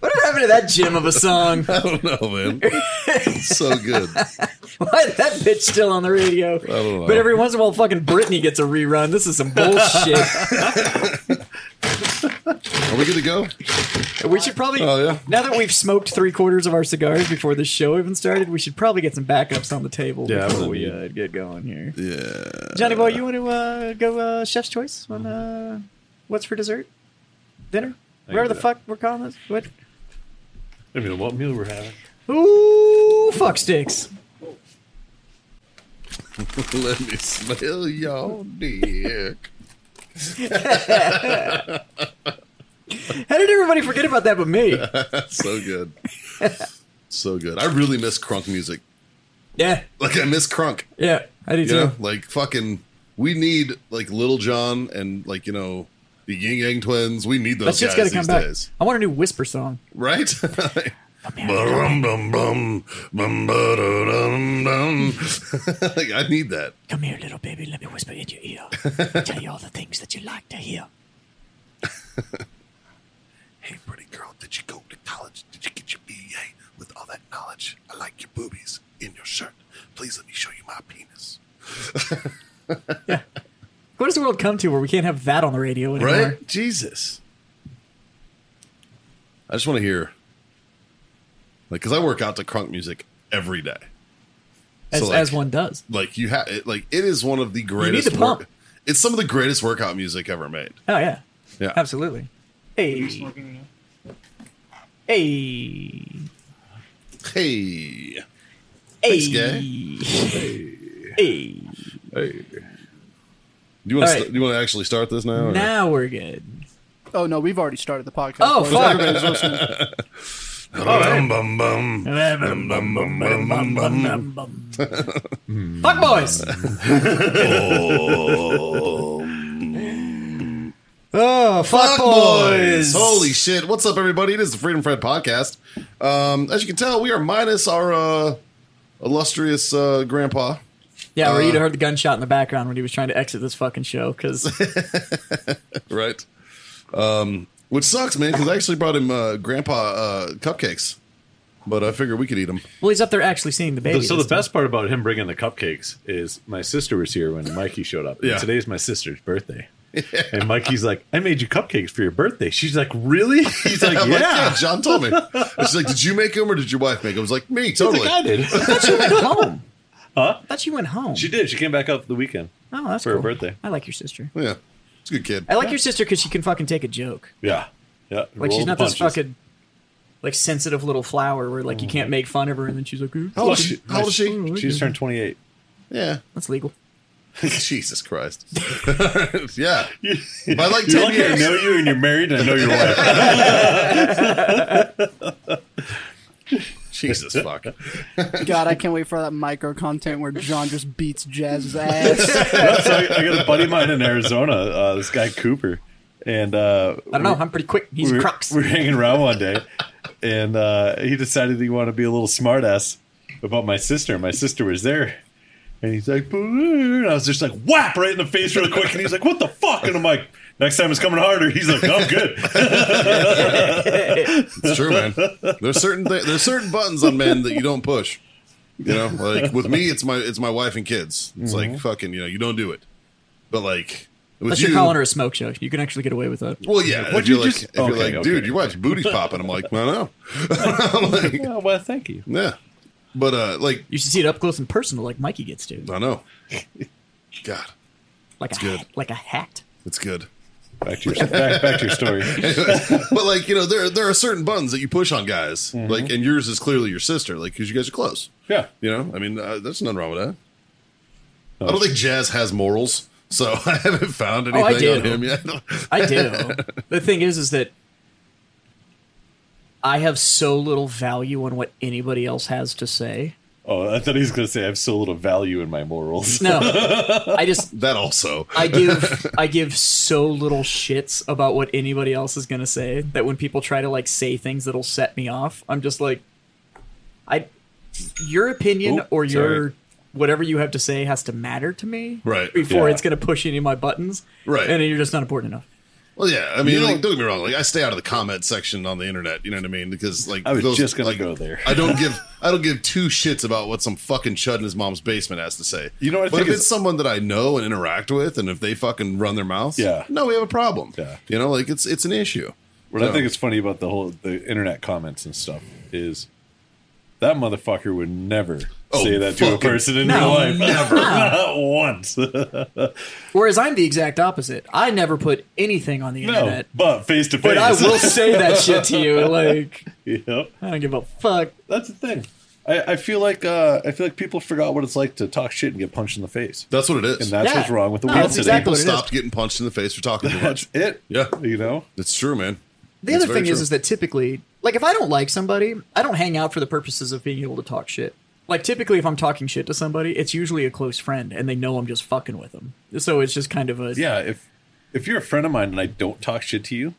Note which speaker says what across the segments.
Speaker 1: what happened to that gem of a song?
Speaker 2: I don't know,
Speaker 1: Oh,
Speaker 2: man. It's so good.
Speaker 1: Why is that bitch still on the radio?
Speaker 2: don't know.
Speaker 1: But every once in a while, fucking Britney gets a rerun. This is some bullshit.
Speaker 2: Are we good to go?
Speaker 1: we should probably,
Speaker 2: Oh, yeah.
Speaker 1: now that we've smoked three quarters of our cigars before this show even started, we should probably get some backups on the table
Speaker 3: Yeah, I
Speaker 1: before
Speaker 3: would.
Speaker 1: we uh, get going here.
Speaker 2: Yeah.
Speaker 1: Johnny boy, you want to uh, go uh, chef's choice on uh, what's for dessert? Dinner?
Speaker 3: I
Speaker 1: Whatever
Speaker 3: can do
Speaker 1: the
Speaker 3: that.
Speaker 1: fuck we're calling this? What?
Speaker 3: I mean, what meal we're having?
Speaker 1: Ooh, fuck sticks.
Speaker 2: Let me smell your dick.
Speaker 1: How did everybody forget about that but me?
Speaker 2: So good. So good. I really miss crunk music.
Speaker 1: Yeah,
Speaker 2: Like, I miss crunk.
Speaker 1: yeah, I do
Speaker 2: You know,
Speaker 1: too.
Speaker 2: like fucking, we need like Little John and like you know the Ying Yang Twins. We need
Speaker 1: That
Speaker 2: those
Speaker 1: shit's
Speaker 2: guys
Speaker 1: gotta
Speaker 2: these
Speaker 1: come back.
Speaker 2: days,
Speaker 1: I want a new whisper song.
Speaker 2: right? Bum, bum, bum, bum, ba-da-dum, dum. Like, I need that.
Speaker 1: Come here, little baby. Let me whisper in your ear. Tell you all the things that you like to hear.
Speaker 2: Hey, pretty girl, did you go to college? Did you get your BA with all that knowledge? I like your boobies in your shirt. Please let me show you my penis.
Speaker 1: What does the world come to where we can't have that on the radio anymore?
Speaker 2: Right? Jesus. I just want to hear, like, because I work out to crunk music every day.
Speaker 1: As,
Speaker 2: So, like-
Speaker 1: as one does.
Speaker 2: like you have like it is one of the greatest
Speaker 1: the
Speaker 2: work-
Speaker 1: pump.
Speaker 2: it's some of the greatest workout music ever made
Speaker 1: Oh, yeah.
Speaker 2: yeah
Speaker 1: Absolutely. Hey. Hey.
Speaker 2: hey
Speaker 1: Hey. Hey.
Speaker 2: do you want
Speaker 1: All
Speaker 2: st-
Speaker 1: right.
Speaker 2: do you want to actually start this now or-
Speaker 1: Now we're good.
Speaker 4: Oh no, we've already started the podcast.
Speaker 1: Oh,
Speaker 4: Boys,
Speaker 1: fuck.
Speaker 4: everybody's listening.
Speaker 2: Bum, bum, bum. Bum, bum, bum, bum, bum.
Speaker 1: Fuck boys. oh, fuck,
Speaker 2: Fuck
Speaker 1: boys.
Speaker 2: boys. Holy shit. What's up, everybody? It is the Freedom Fred podcast. Um, as you can tell, we are minus our uh, illustrious uh, grandpa.
Speaker 1: Yeah, where you'd
Speaker 2: Uh,
Speaker 1: have heard the gunshot in the background when he was trying to exit this fucking show because
Speaker 2: Right. Um, which sucks, man, because I actually brought him uh, grandpa uh, cupcakes, but I figured we could eat them.
Speaker 1: well, he's up there actually seeing the baby.
Speaker 3: so the
Speaker 1: this time.
Speaker 3: best part about him bringing the cupcakes is my sister was here when Mikey showed up.
Speaker 2: Yeah.
Speaker 3: And today's my sister's birthday. And Mikey's like, I made you cupcakes for your birthday. She's like, Really? He's like,
Speaker 2: I'm like, yeah.
Speaker 3: Yeah.
Speaker 2: John told me. And she's like, did you make them or did your wife make them? I was like, me,
Speaker 3: He's
Speaker 2: totally.
Speaker 3: like, I did.
Speaker 1: I thought you went home.
Speaker 3: Huh?
Speaker 1: I thought you went home.
Speaker 3: she did. She came back up the weekend.
Speaker 1: oh, that's
Speaker 3: for her
Speaker 1: cool.
Speaker 3: birthday.
Speaker 1: I like your sister.
Speaker 2: yeah, it's a good kid.
Speaker 1: I like your sister because she can fucking take a joke.
Speaker 3: Yeah. Yeah.
Speaker 1: Like
Speaker 3: Roll
Speaker 1: she's
Speaker 3: the
Speaker 1: not this
Speaker 3: punches. Mm-hmm.
Speaker 1: fucking like sensitive little flower where like you can't make fun of her and then she's like, "Ooh,
Speaker 2: How old,
Speaker 3: Well,
Speaker 2: is she,
Speaker 3: she-
Speaker 2: how old is she?
Speaker 3: She just turned 28.
Speaker 2: Yeah.
Speaker 1: that's legal.
Speaker 2: Jesus Christ. yeah.
Speaker 3: You're
Speaker 2: By like 10
Speaker 3: lucky I
Speaker 2: years.
Speaker 3: know you and you're married and I know your wife.
Speaker 2: Jesus fuck.
Speaker 4: God, I can't wait for that micro content where John just beats Jazz's ass.
Speaker 3: so I, I got a buddy of mine in Arizona, uh, this guy Cooper. And uh,
Speaker 1: I don't know. I'm pretty quick. He's
Speaker 3: we
Speaker 1: a
Speaker 3: were,
Speaker 1: crux.
Speaker 3: we were hanging around one day, and uh, he decided he wanted to be a little smartass about my sister. My sister was there, and he's like, "Boo," and I was just like, whap right in the face real quick. And he's like, what the fuck? And I'm like, next time it's coming harder. He's like, I'm good.
Speaker 2: It's true, man. There's certain th- there's certain buttons on men that you don't push. You know, like with me, it's my it's my wife and kids. It's
Speaker 3: Mm-hmm.
Speaker 2: like fucking, you know, you don't do it. But like with
Speaker 1: Unless
Speaker 2: you,
Speaker 1: you're calling her a smoke show, you can actually get away with that.
Speaker 2: well, yeah.
Speaker 3: What'd
Speaker 2: If you're
Speaker 3: you
Speaker 2: like,
Speaker 3: just-
Speaker 2: if you're
Speaker 3: okay,
Speaker 2: like,
Speaker 3: okay.
Speaker 2: dude, your wife's booty's popping. I'm like, no, no. I'm like,
Speaker 3: yeah, well, thank you.
Speaker 2: yeah. But uh, like,
Speaker 1: You should see it up close and personal, like Mikey gets to,
Speaker 2: I know. God,
Speaker 1: like a
Speaker 2: good.
Speaker 1: hat, like a hat.
Speaker 2: it's good.
Speaker 3: Back to your back, back to your story.
Speaker 2: but like you know there there are certain buttons that you push on guys like
Speaker 3: Mm-hmm.
Speaker 2: and yours is clearly your sister like because you guys are close
Speaker 3: Yeah,
Speaker 2: you know i mean uh, there's nothing wrong with that
Speaker 3: Oh,
Speaker 2: i don't think jazz has morals so i haven't found
Speaker 1: Oh, I
Speaker 2: anything
Speaker 1: do.
Speaker 2: on him yet
Speaker 1: I do. the thing is, is that I have so little value on what anybody else has to say.
Speaker 3: Oh, I thought he was going to say I have so little value in my morals.
Speaker 1: No, I just
Speaker 2: That also.
Speaker 1: I give I give so little shits about what anybody else is gonna say that when people try to like say things that'll set me off, I'm just like, I, your opinion
Speaker 3: Oop,
Speaker 1: or your
Speaker 3: sorry.
Speaker 1: whatever you have to say has to matter to me,
Speaker 2: Right,
Speaker 1: Before
Speaker 3: yeah.
Speaker 1: it's gonna push any of my buttons,
Speaker 2: Right.
Speaker 1: And you're just not important enough.
Speaker 2: Well, yeah. I mean, like, don't get me wrong. Like, I stay out of the comment section on the internet. You know what I mean? Because like,
Speaker 3: I was
Speaker 2: those-
Speaker 3: just going
Speaker 2: like,
Speaker 3: to go there.
Speaker 2: I don't give I don't give two shits about what some fucking chud in his mom's basement has to say.
Speaker 3: You know what I
Speaker 2: but
Speaker 3: think
Speaker 2: if
Speaker 3: is-
Speaker 2: it's someone that I know and interact with, and if they fucking run their mouths,
Speaker 3: Yeah.
Speaker 2: no, we have a problem.
Speaker 3: Yeah.
Speaker 2: you know, like it's it's an issue.
Speaker 3: What I think it's funny about the whole the internet comments and stuff is that motherfucker would never
Speaker 2: Oh,
Speaker 3: say that to a
Speaker 2: fucking-
Speaker 3: person in
Speaker 1: No,
Speaker 3: real life.
Speaker 1: never.
Speaker 3: Not once.
Speaker 1: Whereas I'm the exact opposite. I never put anything on the
Speaker 3: no,
Speaker 1: internet,
Speaker 3: but face to face.
Speaker 1: but I will say that shit to you. Like
Speaker 3: Yep.
Speaker 1: I don't give a fuck.
Speaker 3: That's the thing. I, I feel like uh, I feel like people forgot what it's like to talk shit and get punched in the face,
Speaker 2: that's what it is.
Speaker 3: and that's
Speaker 1: Yeah.
Speaker 3: what's wrong with the
Speaker 1: No,
Speaker 3: world
Speaker 1: that's
Speaker 3: today.
Speaker 1: exactly
Speaker 2: People
Speaker 1: what it is.
Speaker 2: stopped getting punched in the face for talking too much.
Speaker 3: That's it.
Speaker 2: Yeah.
Speaker 3: you know.
Speaker 2: It's true, man.
Speaker 1: The
Speaker 2: It's
Speaker 1: other
Speaker 2: very
Speaker 1: thing is,
Speaker 2: true.
Speaker 1: is that typically, like, if I don't like somebody, I don't hang out for the purposes of being able to talk shit. Like, typically, if I'm talking shit to somebody, it's usually a close friend, and they know I'm just fucking with them. So it's just kind of a
Speaker 3: Yeah, if if you're a friend of mine and I don't talk shit to you,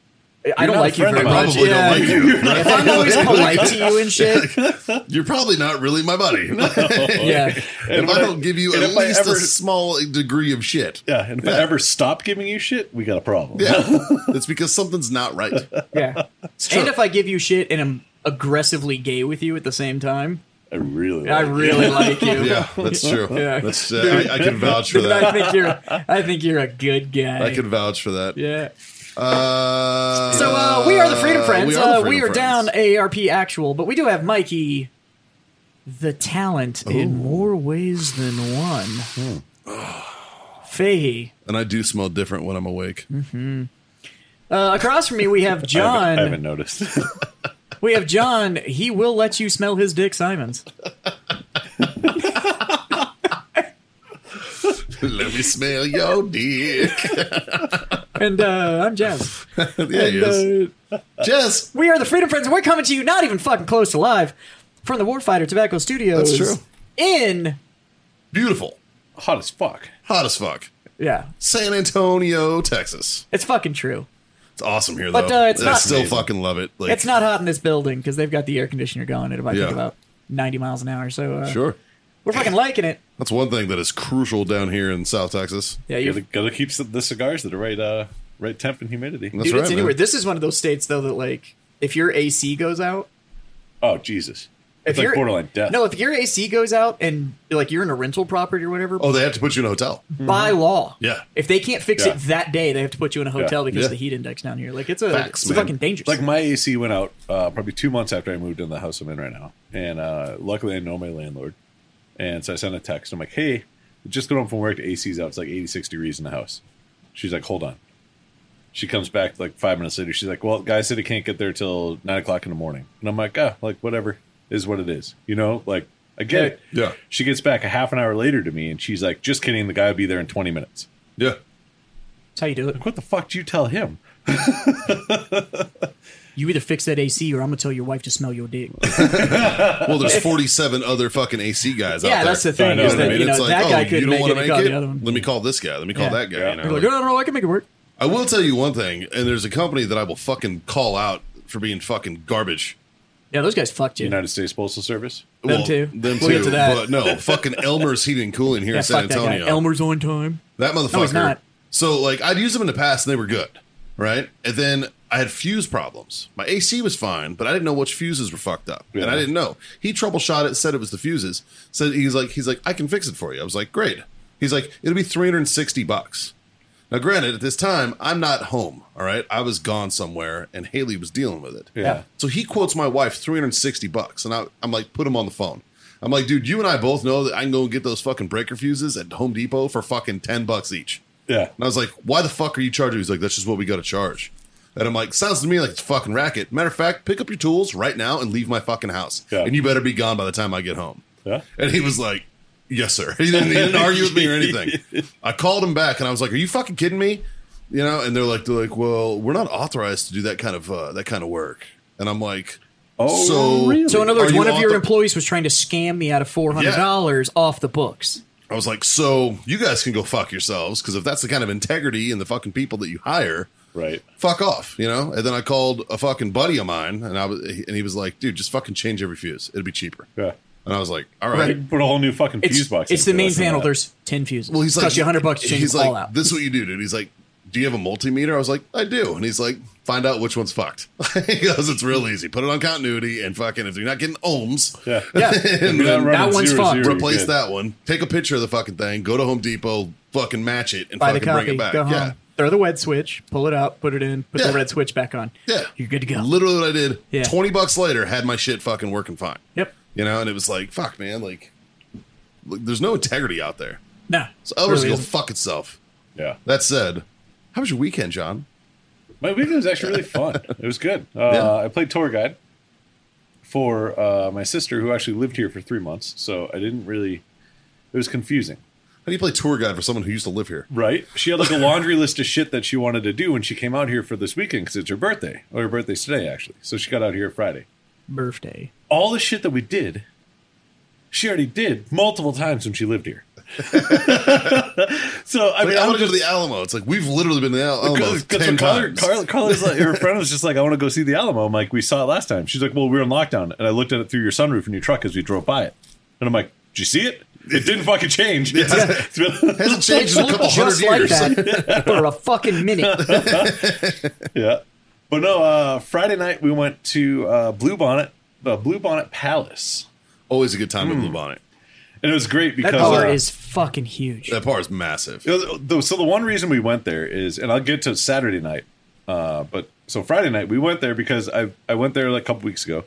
Speaker 1: I
Speaker 3: not
Speaker 1: don't
Speaker 3: a
Speaker 1: like you
Speaker 3: friend
Speaker 1: very
Speaker 2: I
Speaker 3: of mine.
Speaker 1: much.
Speaker 2: probably
Speaker 1: Yeah.
Speaker 2: don't like you.
Speaker 1: if I'm always polite to you and shit,
Speaker 2: You're probably not really my buddy.
Speaker 1: yeah.
Speaker 2: if
Speaker 3: when
Speaker 2: I
Speaker 3: I-
Speaker 2: don't give you
Speaker 3: and
Speaker 2: at
Speaker 3: if I
Speaker 2: least
Speaker 3: ever-
Speaker 2: a small degree of shit,
Speaker 3: yeah, and if I ever stop giving you shit, we got a problem.
Speaker 2: yeah, it's because something's not right.
Speaker 1: Yeah. And if I give you shit and I'm aggressively gay with you at the same time,
Speaker 3: I really,
Speaker 1: I
Speaker 3: like it.
Speaker 1: really like you.
Speaker 2: Yeah, that's true.
Speaker 1: Yeah.
Speaker 2: That's uh, I, I can vouch for
Speaker 1: I
Speaker 2: that.
Speaker 1: think you're, I think you're a good guy.
Speaker 2: I can vouch for that.
Speaker 1: yeah.
Speaker 2: Uh,
Speaker 1: So uh, we are the Freedom Friends.
Speaker 2: We
Speaker 1: We
Speaker 2: are, the
Speaker 1: are, uh, we
Speaker 2: Freedom
Speaker 1: are down
Speaker 2: Friends.
Speaker 1: AARP actual, but we do have Mikey, the talent in more ways than one.
Speaker 2: Hmm.
Speaker 1: Fahey.
Speaker 2: and I do smell different when I'm awake.
Speaker 1: Uh, across from me, we have
Speaker 3: I haven't- I
Speaker 1: John.
Speaker 3: haven't noticed.
Speaker 1: We have John. He will let you smell his dick, Simons.
Speaker 2: Let me smell your dick.
Speaker 1: And uh, I'm Jazz.
Speaker 2: yeah, yes.
Speaker 1: And, uh,
Speaker 2: Jess.
Speaker 1: We are the Freedom Friends, and we're coming to you not even fucking close to live from the Warfighter Tobacco Studios.
Speaker 2: That's true.
Speaker 1: In,
Speaker 2: Beautiful.
Speaker 3: Hot as fuck.
Speaker 2: Hot as fuck.
Speaker 1: yeah,
Speaker 2: San Antonio, Texas.
Speaker 1: it's fucking true.
Speaker 2: It's awesome here,
Speaker 1: But,
Speaker 2: though.
Speaker 1: uh, it's
Speaker 2: I
Speaker 1: not-
Speaker 2: still
Speaker 3: Amazing.
Speaker 2: fucking love it. Like,
Speaker 1: It's not hot in this building because they've got the air conditioner going at about, I
Speaker 2: Yeah.
Speaker 1: think about 90 miles an hour. So uh,
Speaker 2: Sure.
Speaker 1: we're fucking liking it.
Speaker 2: That's one thing that is crucial down here in South Texas.
Speaker 1: Yeah,
Speaker 3: You
Speaker 1: you're
Speaker 3: gotta, gotta keep the cigars at the right uh, right temp and humidity.
Speaker 2: That's
Speaker 1: dude.
Speaker 2: right.
Speaker 1: it's
Speaker 2: man.
Speaker 1: anywhere. This is one of those states though that like if your AC goes out,
Speaker 3: Oh Jesus!
Speaker 1: if
Speaker 3: It's like
Speaker 1: your-
Speaker 3: borderline death.
Speaker 1: No, if your AC goes out and like you're in a rental property or whatever,
Speaker 2: Oh, they have to put you in a hotel.
Speaker 1: by law,
Speaker 2: Yeah.
Speaker 1: if they can't fix
Speaker 3: Yeah.
Speaker 1: it that day, they have to put you in a hotel because
Speaker 2: Yeah.
Speaker 1: of the heat index down here. Like it's a
Speaker 2: Facts,
Speaker 1: it's
Speaker 2: man.
Speaker 1: fucking dangerous.
Speaker 3: Like my AC went out uh, probably two months after I moved in the house I'm in right now, and uh, luckily I know my landlord, and so I sent a text. I'm like, "Hey, just got home from work. The AC's out. It's like 86 degrees in the house." She's like, "Hold on." She comes back like five minutes later. She's like, "Well, guy said he can't get there till nine o'clock in the morning," and I'm like, "Ah, like whatever is what it is, you know." Like I get it.
Speaker 2: Yeah.
Speaker 3: She gets back a half an hour later to me, and she's like, "Just kidding. The guy will be there in 20 minutes."
Speaker 2: Yeah.
Speaker 1: That's how you do it.
Speaker 3: Like, what the fuck do you tell him?
Speaker 1: You either fix that AC or I'm gonna tell your wife to smell your dick.
Speaker 2: Well, there's 47 other fucking AC guys out there.
Speaker 1: yeah, that's the
Speaker 3: I
Speaker 1: thing
Speaker 3: know,
Speaker 1: is
Speaker 3: I
Speaker 1: that
Speaker 3: mean,
Speaker 1: you know that guy couldn't make
Speaker 2: oh, wanna
Speaker 1: it. Make The other one.
Speaker 2: Let me call this guy. Let me call
Speaker 1: Yeah.
Speaker 2: that guy.
Speaker 3: Yeah.
Speaker 2: You know,
Speaker 1: You're like,
Speaker 2: like-
Speaker 1: no, no, no, I can make it work.
Speaker 2: I will tell you one thing, and there's a company that I will fucking call out for being fucking garbage.
Speaker 1: Yeah, those guys fucked you.
Speaker 3: United States Postal Service.
Speaker 1: Them too.
Speaker 2: Them
Speaker 1: We'll
Speaker 2: too.
Speaker 1: get to that.
Speaker 2: But no, fucking Elmer's Heating and Cooling here
Speaker 1: yeah,
Speaker 2: in San
Speaker 1: fuck that guy.
Speaker 2: Antonio.
Speaker 1: Elmer's on time.
Speaker 2: That motherfucker.
Speaker 1: he's not.
Speaker 2: So like I'd use them in the past and they were good, right? And then I had fuse problems. My AC was fine, but I didn't know which fuses were fucked up, and I
Speaker 3: Yeah.
Speaker 2: didn't know. He troubleshot it, said it was the fuses. Said he's like he's like I can fix it for you. I was like great. He's like it'll be three hundred and sixty bucks. Now, granted, at this time I'm not home. All right, I was gone somewhere, and Haley was dealing with it.
Speaker 3: Yeah.
Speaker 2: So he quotes my wife 360 bucks, and I, I'm like, put him on the phone. I'm like, dude, you and I both know that I can go and get those fucking breaker fuses at Home Depot for fucking 10 bucks each.
Speaker 3: Yeah.
Speaker 2: And I was like, why the fuck are you charging? He's like, that's just what we got to charge. And I'm like, sounds to me like it's a fucking racket. Matter of fact, pick up your tools right now and leave my fucking house.
Speaker 3: Yeah.
Speaker 2: And you better be gone by the time I get home.
Speaker 3: Yeah.
Speaker 2: And he was like, Yes, sir. He didn't, he didn't argue with me or anything. I called him back and I was like, Are you fucking kidding me? You know, and they're like, they're like, Well, we're not authorized to do that kind of uh, that kind of work. And I'm like,
Speaker 3: Oh,
Speaker 2: So-
Speaker 3: really?
Speaker 1: So in other words,
Speaker 2: Are you
Speaker 1: one of
Speaker 2: off
Speaker 1: your
Speaker 2: the-
Speaker 1: employees was trying to scam me out of four hundred dollars off the books.
Speaker 2: I was like, so you guys can go fuck yourselves because if that's the kind of integrity and the fucking people that you hire,
Speaker 3: right.
Speaker 2: fuck off, you know. And then I called a fucking buddy of mine, and I was, and he was like, dude, just fucking change every fuse. It'll be cheaper.
Speaker 3: Yeah.
Speaker 2: And I was like, all
Speaker 3: They
Speaker 2: right.
Speaker 3: Put a whole new fucking
Speaker 1: It's,
Speaker 3: fuse box.
Speaker 1: it's
Speaker 3: in
Speaker 1: the
Speaker 3: for
Speaker 1: main
Speaker 3: less than
Speaker 1: panel.
Speaker 3: that.
Speaker 1: There's ten fuses.
Speaker 2: Well, he's like,
Speaker 1: costs you hundred bucks to change
Speaker 2: he's
Speaker 1: them all
Speaker 2: like,
Speaker 1: out.
Speaker 2: This is what you do, dude. He's like, do you have a multimeter? I was like, I do. And he's like, find out which one's fucked. he goes, it's real easy. Put it on continuity and fucking if you're not getting ohms,
Speaker 3: Yeah.
Speaker 1: Yeah.
Speaker 2: and
Speaker 3: You're not
Speaker 2: then
Speaker 3: running
Speaker 1: That one's
Speaker 3: zero,
Speaker 1: fucked.
Speaker 3: zero, you're
Speaker 2: replace
Speaker 3: good.
Speaker 2: that one. Take a picture of the fucking thing. Go to Home Depot, fucking match it, and
Speaker 1: Buy the
Speaker 2: fucking bring
Speaker 1: copy.
Speaker 2: it back.
Speaker 1: Go home.
Speaker 2: Yeah,
Speaker 1: Throw the red switch. Pull it out. Put it in. Put
Speaker 2: Yeah.
Speaker 1: the red switch back on.
Speaker 2: yeah.
Speaker 1: You're good to go.
Speaker 2: Literally what I did.
Speaker 1: Yeah.
Speaker 2: Twenty bucks later, had my shit fucking working fine.
Speaker 1: Yep.
Speaker 2: You know, and it was like, fuck, man, like, look, there's no integrity out there.
Speaker 1: No.
Speaker 2: So Elvis
Speaker 1: Really
Speaker 2: go
Speaker 1: isn't.
Speaker 2: fuck itself.
Speaker 3: Yeah.
Speaker 2: That said, how was your weekend, John?
Speaker 3: My weekend was actually really fun. It was good. Uh,
Speaker 2: Yeah.
Speaker 3: I played tour guide for uh, my sister, who actually lived here for three months. So I didn't really. It was confusing,
Speaker 2: How do you play tour guide for someone who used to live here?
Speaker 3: right? She had like a laundry list of shit that she wanted to do when she came out here for this weekend because it's her birthday. Or her birthday's today, actually. So she got out here Friday.
Speaker 1: birthday.
Speaker 3: All the shit that we did, she already did multiple times when she lived here. so I
Speaker 2: I
Speaker 3: mean,
Speaker 2: mean, I
Speaker 3: I'm
Speaker 2: want to
Speaker 3: just-
Speaker 2: go to the Alamo. It's like we've literally been to the Al- Alamo
Speaker 3: Because
Speaker 2: ten
Speaker 3: Carla,
Speaker 2: times.
Speaker 3: Carla, Carla's like, her friend was just like, I want to go see the Alamo. I'm like, we saw it last time. She's like, well, we were in lockdown. And I looked at it through your sunroof in your truck as we drove by it. And I'm like, did you see it? It didn't fucking change. It's just- it's been-
Speaker 2: hasn't changed in a couple hundred
Speaker 1: Just like
Speaker 2: years.
Speaker 1: that for a fucking minute.
Speaker 3: yeah. But no, uh, Friday night we went to uh, Blue Bonnet, uh, Blue Bonnet Palace.
Speaker 2: Always a good time
Speaker 1: Mm.
Speaker 2: in Bluebonnet.
Speaker 3: And it was great because.
Speaker 1: That bar
Speaker 3: uh,
Speaker 1: is fucking huge.
Speaker 2: That bar is massive.
Speaker 3: You know, th- So the one reason we went there is, and I'll get to Saturday night, uh, but so Friday night we went there because I I went there like a couple weeks ago,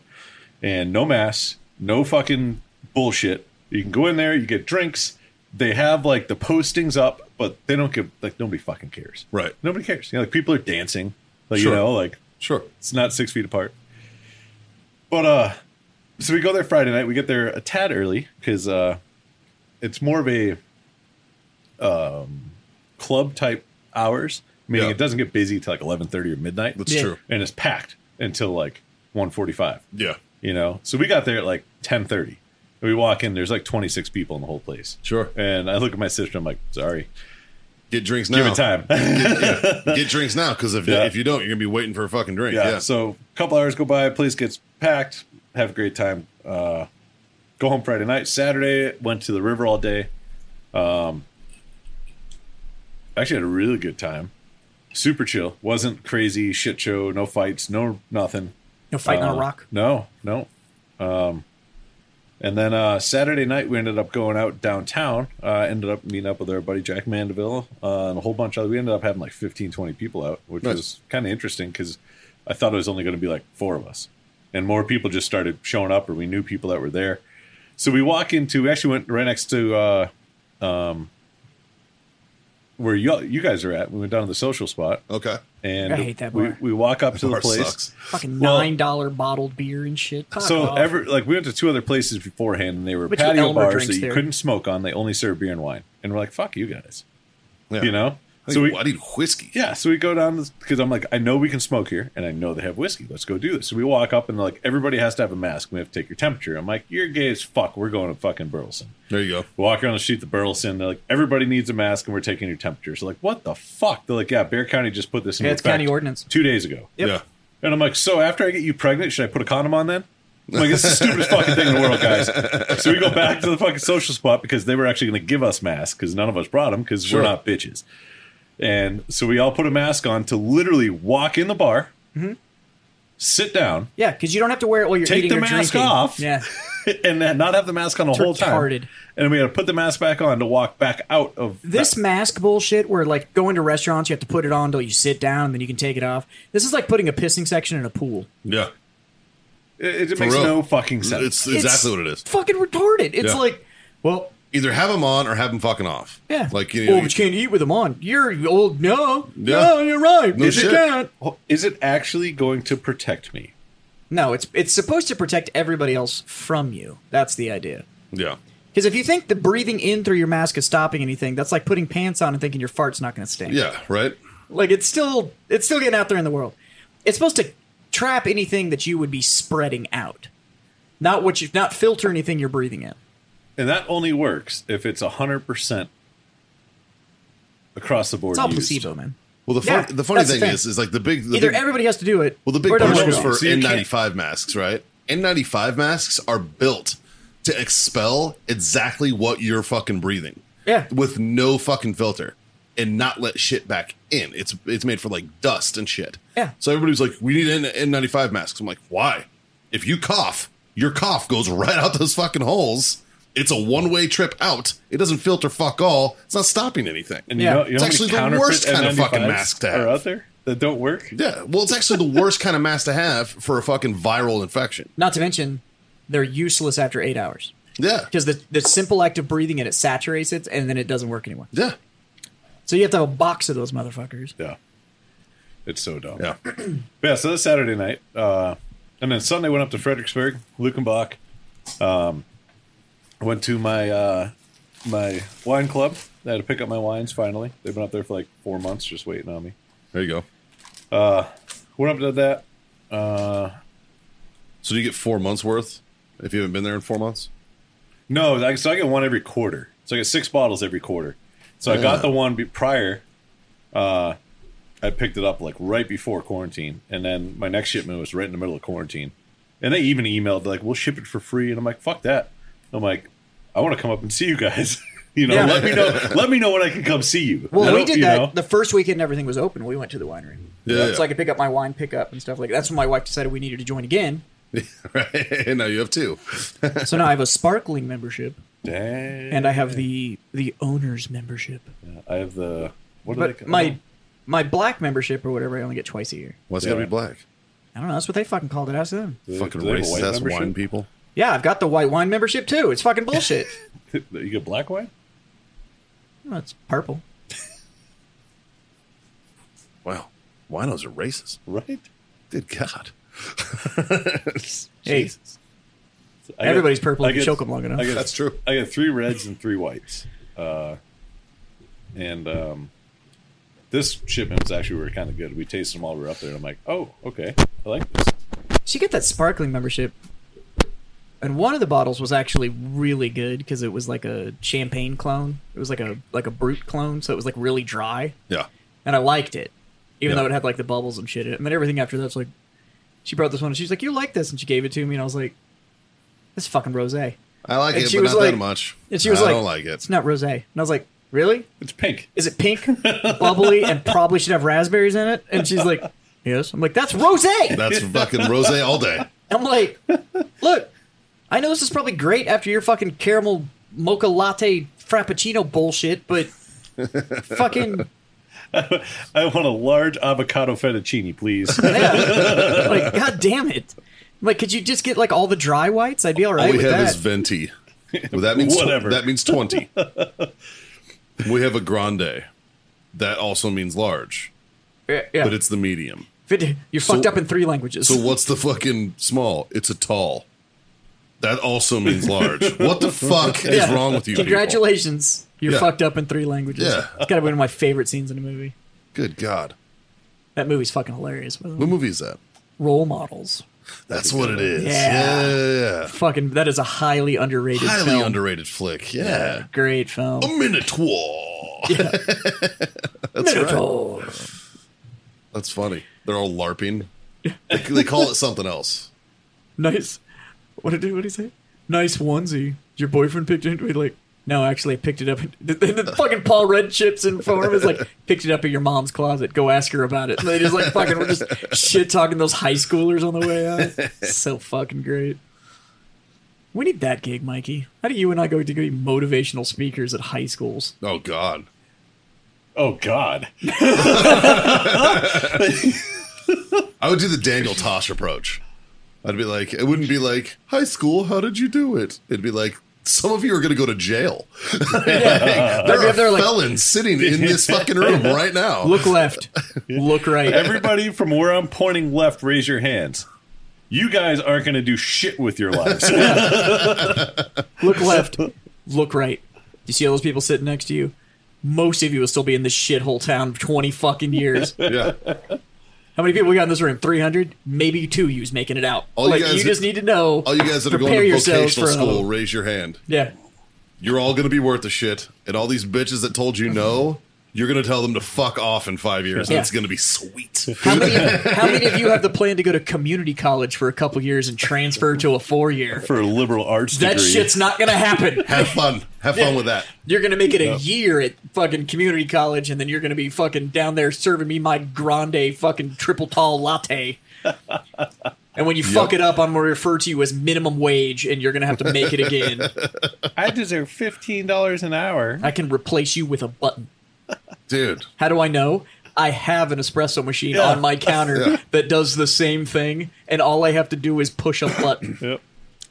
Speaker 3: and no mass, no fucking bullshit. You can go in there, you get drinks. They have like the postings up, but they don't give like nobody fucking cares.
Speaker 2: Right.
Speaker 3: Nobody cares. You know, like people are dancing. Like
Speaker 2: Sure.
Speaker 3: you know, like
Speaker 2: Sure.
Speaker 3: it's not six feet apart. But uh, so we go there Friday night. We get there a tad early because uh, it's more of a um, club type hours. Meaning
Speaker 2: Yeah.
Speaker 3: it doesn't get busy till like eleven thirty or midnight,
Speaker 2: That's
Speaker 1: Yeah.
Speaker 2: true.
Speaker 3: and it's packed until like one forty five.
Speaker 2: Yeah.
Speaker 3: You know, so we got there at like ten thirty. We walk in. There's like twenty six people in the whole place.
Speaker 2: Sure.
Speaker 3: And I look at my sister. I'm like, sorry,
Speaker 2: Get drinks now.
Speaker 3: give it time.
Speaker 2: Get drinks now because if,
Speaker 3: Yeah.
Speaker 2: if you don't, you're going to be waiting for a fucking drink.
Speaker 3: yeah,
Speaker 2: Yeah.
Speaker 3: So a couple hours go by, place gets packed, have a great time. Uh, go home Friday night. Saturday went to the river all day. Um, actually had a really good time. Super chill. Wasn't crazy shit show. No fights. No nothing.
Speaker 1: no fighting on a
Speaker 3: Uh,
Speaker 1: rock.
Speaker 3: No, no. Um, and then uh, Saturday night, we ended up going out downtown. Uh, ended up meeting up with our buddy Jack Mandeville uh, and a whole bunch of. We ended up having like 15, 20 people out, which
Speaker 2: Nice.
Speaker 3: was kind of interesting because I thought it was only going to be like four of us, and more people just started showing up, or we knew people that were there. So we walk into. We actually went right next to uh, um, where you you guys are at. We went down to the social spot,
Speaker 2: Okay.
Speaker 3: and
Speaker 1: I hate that
Speaker 3: we
Speaker 1: bar.
Speaker 3: we walk up to the
Speaker 2: Bar
Speaker 3: place.
Speaker 2: sucks.
Speaker 1: Fucking
Speaker 3: well-
Speaker 1: nine dollar bottled beer and shit. Fuck
Speaker 3: So
Speaker 1: off.
Speaker 3: ever like we went to two other places beforehand, and they were
Speaker 1: Which were
Speaker 3: patio
Speaker 1: Elmer
Speaker 3: bars
Speaker 1: drinks
Speaker 3: that you
Speaker 1: there.
Speaker 3: couldn't smoke on. They only served beer and wine, and we're like, "Fuck you guys,"
Speaker 2: Yeah.
Speaker 3: you know.
Speaker 2: I need,
Speaker 3: So we
Speaker 2: I need whiskey.
Speaker 3: yeah, so we go down because I'm like, I know we can smoke here, and I know they have whiskey. Let's go do this. So we walk up, and they're like, everybody has to have a mask. We have to take your temperature. I'm like, you're gay as fuck. We're going to fucking Burleson.
Speaker 2: There you go.
Speaker 3: We walk around the street to Burleson. They're like, everybody needs a mask, and we're taking your temperature. So like, what the fuck? They're like, yeah, Bear County just put this in
Speaker 1: Yeah, it's
Speaker 3: effect
Speaker 1: county ordinance.
Speaker 3: two days ago.
Speaker 2: Yeah.
Speaker 3: And I'm like, so after I get you pregnant, should I put a condom on then? I'm like, this is the stupidest fucking thing in the world, guys. So we go back to the fucking social spot because they were actually going to give us masks because none of us brought them because
Speaker 2: Sure.
Speaker 3: we're not bitches. And so we all put a mask on to literally walk in the bar, sit down,
Speaker 1: Yeah, because you don't have to wear it while Mm-hmm. you're
Speaker 3: Take
Speaker 1: eating
Speaker 3: the
Speaker 1: or
Speaker 3: mask
Speaker 1: drinking.
Speaker 3: off.
Speaker 1: Yeah,
Speaker 3: and then not have the mask on the whole
Speaker 1: retarded.
Speaker 3: time. And we had to put the mask back on to walk back out of
Speaker 1: this mask bullshit where like going to restaurants, you have to put it on until you sit down, then you can take it off. This is like putting a pissing section in a pool.
Speaker 2: Yeah.
Speaker 3: It, it
Speaker 2: For
Speaker 3: makes
Speaker 2: real.
Speaker 3: no fucking sense.
Speaker 2: It's exactly what it is.
Speaker 1: Fucking retarded. It's
Speaker 2: Yeah.
Speaker 1: like, well,
Speaker 2: Either have them on or have them fucking off.
Speaker 1: yeah,
Speaker 2: Like, you
Speaker 1: oh,
Speaker 2: know,
Speaker 1: but you can't eat with them on. You're old. No,
Speaker 2: Yeah.
Speaker 1: no, you're right.
Speaker 2: No
Speaker 1: It's-
Speaker 2: shit.
Speaker 3: is it actually going to protect me?
Speaker 1: No, it's it's supposed to protect everybody else from you. That's the idea.
Speaker 2: yeah.
Speaker 1: Because if you think the breathing in through your mask is stopping anything, that's like putting pants on and thinking your fart's not going to stink.
Speaker 2: Yeah. Right.
Speaker 1: Like it's still it's still getting out there in the world. It's supposed to trap anything that you would be spreading out, not what you not filter anything you're breathing in.
Speaker 3: And that only works if it's 100% across the board.
Speaker 1: It's all
Speaker 3: used.
Speaker 1: placebo, man.
Speaker 2: Well, the fun,
Speaker 1: Yeah,
Speaker 2: the funny
Speaker 1: that's the
Speaker 2: thing
Speaker 1: thing.
Speaker 2: is, is like the big the
Speaker 1: Either
Speaker 2: big,
Speaker 1: everybody has to do it.
Speaker 2: Well, the big
Speaker 1: or it doesn't work
Speaker 2: push was
Speaker 1: at
Speaker 2: for
Speaker 1: all.
Speaker 3: So you can't-
Speaker 2: N95 masks, right? N95 masks are built to expel exactly what you're fucking breathing.
Speaker 1: Yeah.
Speaker 2: With no fucking filter and not let shit back in. It's it's made for like dust and shit.
Speaker 1: Yeah.
Speaker 2: So everybody's like, we need N- N95 masks. I'm like, why? If you cough, your cough goes right out those fucking holes. It's a one way trip out. It doesn't filter fuck all. It's not stopping anything.
Speaker 3: And you
Speaker 1: Yeah.
Speaker 3: know, you
Speaker 2: It's
Speaker 3: know how many
Speaker 2: actually the
Speaker 3: counterfeit
Speaker 2: worst kind of fucking
Speaker 3: N95s
Speaker 2: mask to have.
Speaker 3: are out there that don't work.
Speaker 2: Yeah, well, it's actually the worst kind of mask to have for a fucking viral infection.
Speaker 1: Not to mention, they're useless after eight hours
Speaker 2: Yeah,
Speaker 1: because the the simple act of breathing in it saturates it, and then it doesn't work anymore.
Speaker 2: yeah,
Speaker 1: So you have to have a box of those motherfuckers.
Speaker 3: Yeah. It's so dumb.
Speaker 2: yeah.
Speaker 3: Yeah, so that's Saturday night. Uh, and then Sunday went up to Fredericksburg, Lukenbach. Um, went to my uh, my wine club. I had to pick up my wines finally. They've been up there for like four months just waiting on me.
Speaker 2: There you go.
Speaker 3: Went up to that.
Speaker 2: So do you get four months worth if you haven't been there in four months?
Speaker 3: No, like, so I get one every quarter. So I get six bottles every quarter. So I
Speaker 2: Yeah.
Speaker 3: got the one be- prior. Uh, I picked it up like right before quarantine, and then my next shipment was right in the middle of quarantine. And they even emailed like, "We'll ship it for free," and I'm like, "Fuck that!" I'm like, "I want to come up and see you guys. you know,
Speaker 1: Yeah.
Speaker 3: let me know, let me know when I can come see you." I
Speaker 1: Well, we
Speaker 3: don't-
Speaker 1: did
Speaker 3: you
Speaker 1: that
Speaker 3: know.
Speaker 1: the first weekend everything was open. We went to the winery.
Speaker 2: Yeah,
Speaker 1: So I could pick up my wine pickup and stuff like that. That's when my wife decided we needed to join again.
Speaker 2: right. now you have two.
Speaker 1: So now I have a sparkling membership
Speaker 3: Dang.
Speaker 1: and I have the the owner's membership.
Speaker 3: I have the what are they
Speaker 1: But
Speaker 3: called?
Speaker 1: my my black membership or whatever I only get twice a year.
Speaker 2: Why's it
Speaker 3: Yeah.
Speaker 2: gotta be black?
Speaker 1: I don't know, that's what they fucking called it. Ask them.
Speaker 3: Do they-
Speaker 2: fucking
Speaker 3: do they have a
Speaker 2: racist
Speaker 3: white
Speaker 2: ass
Speaker 3: membership?
Speaker 2: wine people.
Speaker 1: Yeah, I've got the white wine membership too. It's fucking bullshit.
Speaker 3: You get black wine?
Speaker 1: no, it's purple.
Speaker 2: Wow, winos are racist.
Speaker 3: Right?
Speaker 2: Good God.
Speaker 1: Hey,
Speaker 3: I get-
Speaker 1: Everybody's purple
Speaker 3: I
Speaker 1: if you
Speaker 3: get-
Speaker 1: choke 'em long enough.
Speaker 3: I get-
Speaker 2: That's true.
Speaker 3: I got three reds and three whites. Uh, and um, this shipment was actually we were kind of good. We tasted them while we were up there. And I'm like, oh, okay, I like this.
Speaker 1: So you get that sparkling membership. And one of the bottles was actually really good because it was like a champagne clone. It was like a like a brute clone, so it was like really dry.
Speaker 2: Yeah.
Speaker 1: and I liked it, even
Speaker 2: Yeah.
Speaker 1: though it had like the bubbles and shit in it. And then everything after that's like, she brought this one and she's like, "You like this?" and she gave it to me, and I was like, "This fucking rosé."
Speaker 2: I like
Speaker 1: And
Speaker 2: it,
Speaker 1: she
Speaker 2: but
Speaker 1: was
Speaker 2: not
Speaker 1: like-
Speaker 2: that much.
Speaker 1: And she was
Speaker 2: I
Speaker 1: like,
Speaker 2: don't like it.
Speaker 1: It's not rosé." And I was like, "Really?
Speaker 3: It's pink.
Speaker 1: Is it pink, bubbly, and probably should have raspberries in it?" And she's like, "Yes." I'm like, "That's rosé."
Speaker 2: That's fucking rosé all day.
Speaker 1: I'm like, "Look, I know this is probably great after your fucking caramel mocha latte frappuccino bullshit, but fucking."
Speaker 3: I want a large avocado fettuccine, please.
Speaker 1: Yeah. like, god damn it. Like, could you just get like all the dry whites? I'd be all right
Speaker 2: All we
Speaker 1: with
Speaker 2: have
Speaker 1: that.
Speaker 2: is venti. Well, that means tw-
Speaker 3: Whatever.
Speaker 2: that means twenty. we have a grande. That also means large,
Speaker 1: yeah, yeah.
Speaker 2: but it's the medium.
Speaker 1: Fit- You're fucked up in three languages.
Speaker 2: So what's the fucking small? It's a tall. That also means large. what the fuck is
Speaker 1: Yeah.
Speaker 2: wrong with you? people?
Speaker 1: Congratulations. You're
Speaker 2: Yeah.
Speaker 1: fucked up in three languages.
Speaker 2: Yeah.
Speaker 1: It's gotta be one of my favorite scenes in a movie.
Speaker 2: Good God.
Speaker 1: That movie's fucking hilarious. by the way.
Speaker 2: What movie is that?
Speaker 1: Role models.
Speaker 2: That's what it is.
Speaker 1: Yeah.
Speaker 2: Yeah.
Speaker 1: Fucking that is a highly underrated
Speaker 2: Highly
Speaker 1: film.
Speaker 2: underrated flick. Yeah.
Speaker 1: Great film.
Speaker 2: A Minotaur.
Speaker 1: Minotaur.
Speaker 2: That's funny. They're all LARPing. They, they call it something else.
Speaker 1: Nice. What did what did he say? Nice onesie. Your boyfriend picked it. We'd like, no, actually, I picked it up. The, the, the fucking Paul Red chips in form is like, picked it up at your mom's closet. Go ask her about it. And they just like fucking were just shit talking those high schoolers on the way out. So fucking great. We need that gig, Mikey. How do you and I go to be motivational speakers at high schools?
Speaker 2: Oh, God.
Speaker 3: oh God,
Speaker 2: I would do the Daniel Tosh approach. I'd be like, it wouldn't be like, high school, how did you do it? It'd be like, some of you are going to go to jail. there
Speaker 1: be
Speaker 2: are
Speaker 1: up there like-
Speaker 2: felons sitting in this fucking room right now.
Speaker 1: Look left, look right.
Speaker 3: everybody from where I'm pointing left, raise your hands. You guys aren't going to do shit with your lives.
Speaker 1: Look left. Look right. You see all those people sitting next to you? Most of you will still be in this shithole town for 20 fucking years.
Speaker 2: yeah.
Speaker 1: How many people we got in this room? 300? Maybe two of you's making it out.
Speaker 2: All you
Speaker 1: like, you,
Speaker 2: guys-
Speaker 1: just need to know.
Speaker 2: All you guys that are
Speaker 1: prepare
Speaker 2: going to
Speaker 1: yourselves
Speaker 2: vocational
Speaker 1: for a-
Speaker 2: school, raise your hand.
Speaker 1: Yeah.
Speaker 2: You're all going to be worth a shit. And all these bitches that told you no, you're going to tell them to fuck off in five years. And
Speaker 1: Yeah.
Speaker 2: it's going to be sweet.
Speaker 1: How many, how many of you have the plan to go to community college for a couple years and transfer to a four year?
Speaker 3: for a liberal arts
Speaker 1: That
Speaker 3: degree.
Speaker 1: shit's not going to happen.
Speaker 2: Have fun. Have fun with that.
Speaker 1: You're gonna make it a year at fucking community college, and then you're gonna be fucking down there serving me my grande fucking triple tall latte. and when you fuck it up, I'm gonna refer to you as minimum wage, and you're gonna have to make it again.
Speaker 3: I deserve fifteen dollars an hour.
Speaker 1: I can replace you with a button.
Speaker 2: Dude.
Speaker 1: How do I know? I have an espresso machine
Speaker 3: Yeah.
Speaker 1: on my counter
Speaker 2: Yeah.
Speaker 1: that does the same thing, and all I have to do is push a button.
Speaker 3: Yep.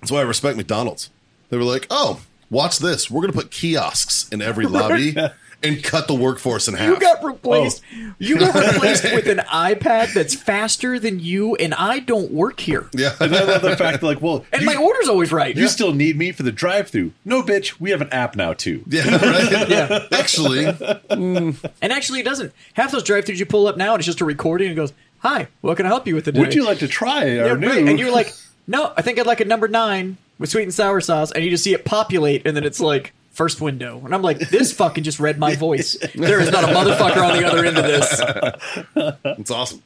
Speaker 2: That's why I respect McDonald's. They were like, oh, watch this. We're going to put kiosks in every lobby and cut the workforce in half.
Speaker 1: You
Speaker 3: Oh.
Speaker 1: got replaced. You got replaced with an iPad that's faster than you, and I don't work here.
Speaker 2: yeah.
Speaker 3: I love the fact that like, well,
Speaker 1: And
Speaker 3: you,
Speaker 1: my order's always right.
Speaker 3: you still need me for the drive-through. No, bitch, we have an app now too.
Speaker 2: Yeah, right.
Speaker 1: Yeah.
Speaker 2: Actually,
Speaker 1: And actually, it doesn't. Half those drive-throughs you pull up now, and it's just a recording. And it goes, "Hi, what can I help you with today?"
Speaker 3: Would you like to try
Speaker 1: Yeah,
Speaker 3: our new?
Speaker 1: right. And you're like, "No, I think I'd like a number nine with sweet and sour sauce." And you just see it populate, and then it's like first window, and I'm like, "This fucking just read my voice. There is not a motherfucker on the other end of this."
Speaker 2: it's awesome.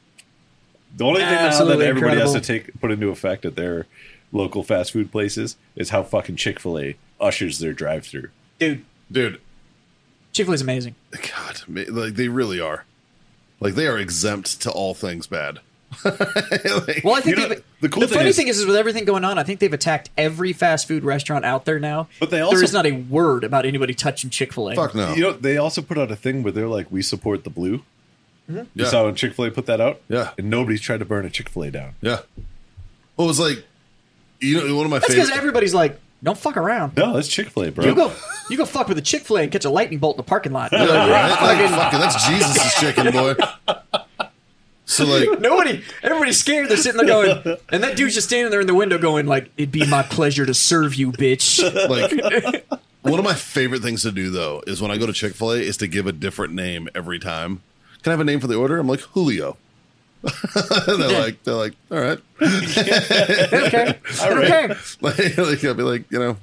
Speaker 3: the only thing now that
Speaker 1: Absolutely
Speaker 3: everybody has
Speaker 1: incredible.
Speaker 3: to take put into effect at their local fast food places is how fucking Chick Fil A ushers their drive-through.
Speaker 1: Dude,
Speaker 2: Dude,
Speaker 1: Chick Fil A's amazing.
Speaker 2: God, ma- like they really are. Like they are exempt to all things bad. Like,
Speaker 1: Well, I think
Speaker 3: You know,
Speaker 1: they've, the,
Speaker 3: the cool thing
Speaker 1: funny
Speaker 3: is-
Speaker 1: thing is, is with everything going on, I think they've attacked every fast food restaurant out there now.
Speaker 3: But they also-
Speaker 1: there is not a word about anybody touching Chick Fil A.
Speaker 2: fuck no.
Speaker 3: You know, they also put out a thing where they're like, "We support the blue."
Speaker 1: Mm-hmm.
Speaker 3: You
Speaker 2: Yeah.
Speaker 3: saw when Chick Fil A put that out,
Speaker 2: Yeah.
Speaker 3: and nobody's tried to burn a Chick Fil A down.
Speaker 2: yeah. Well, it was like, you know, one of my
Speaker 1: That's because
Speaker 2: favorite.
Speaker 1: everybody's like, "Don't fuck around."
Speaker 3: No, that's Chick Fil A, bro.
Speaker 1: You go, you go fuck with a Chick Fil A and catch a lightning bolt in the parking lot.
Speaker 2: Yeah, right? Like, fuck it, that's Jesus' chicken, boy. So, like,
Speaker 1: Nobody, everybody's scared. They're sitting there going, and that dude's just standing there in the window going, like, "It'd be my pleasure to serve you, bitch."
Speaker 2: like one of my favorite things to do though is when I go to Chick Fil A is to give a different name every time. Can I have a name for the order? I'm like Julio. they're like they're like all right.
Speaker 1: okay, okay.
Speaker 2: Like, like, I'll be like you know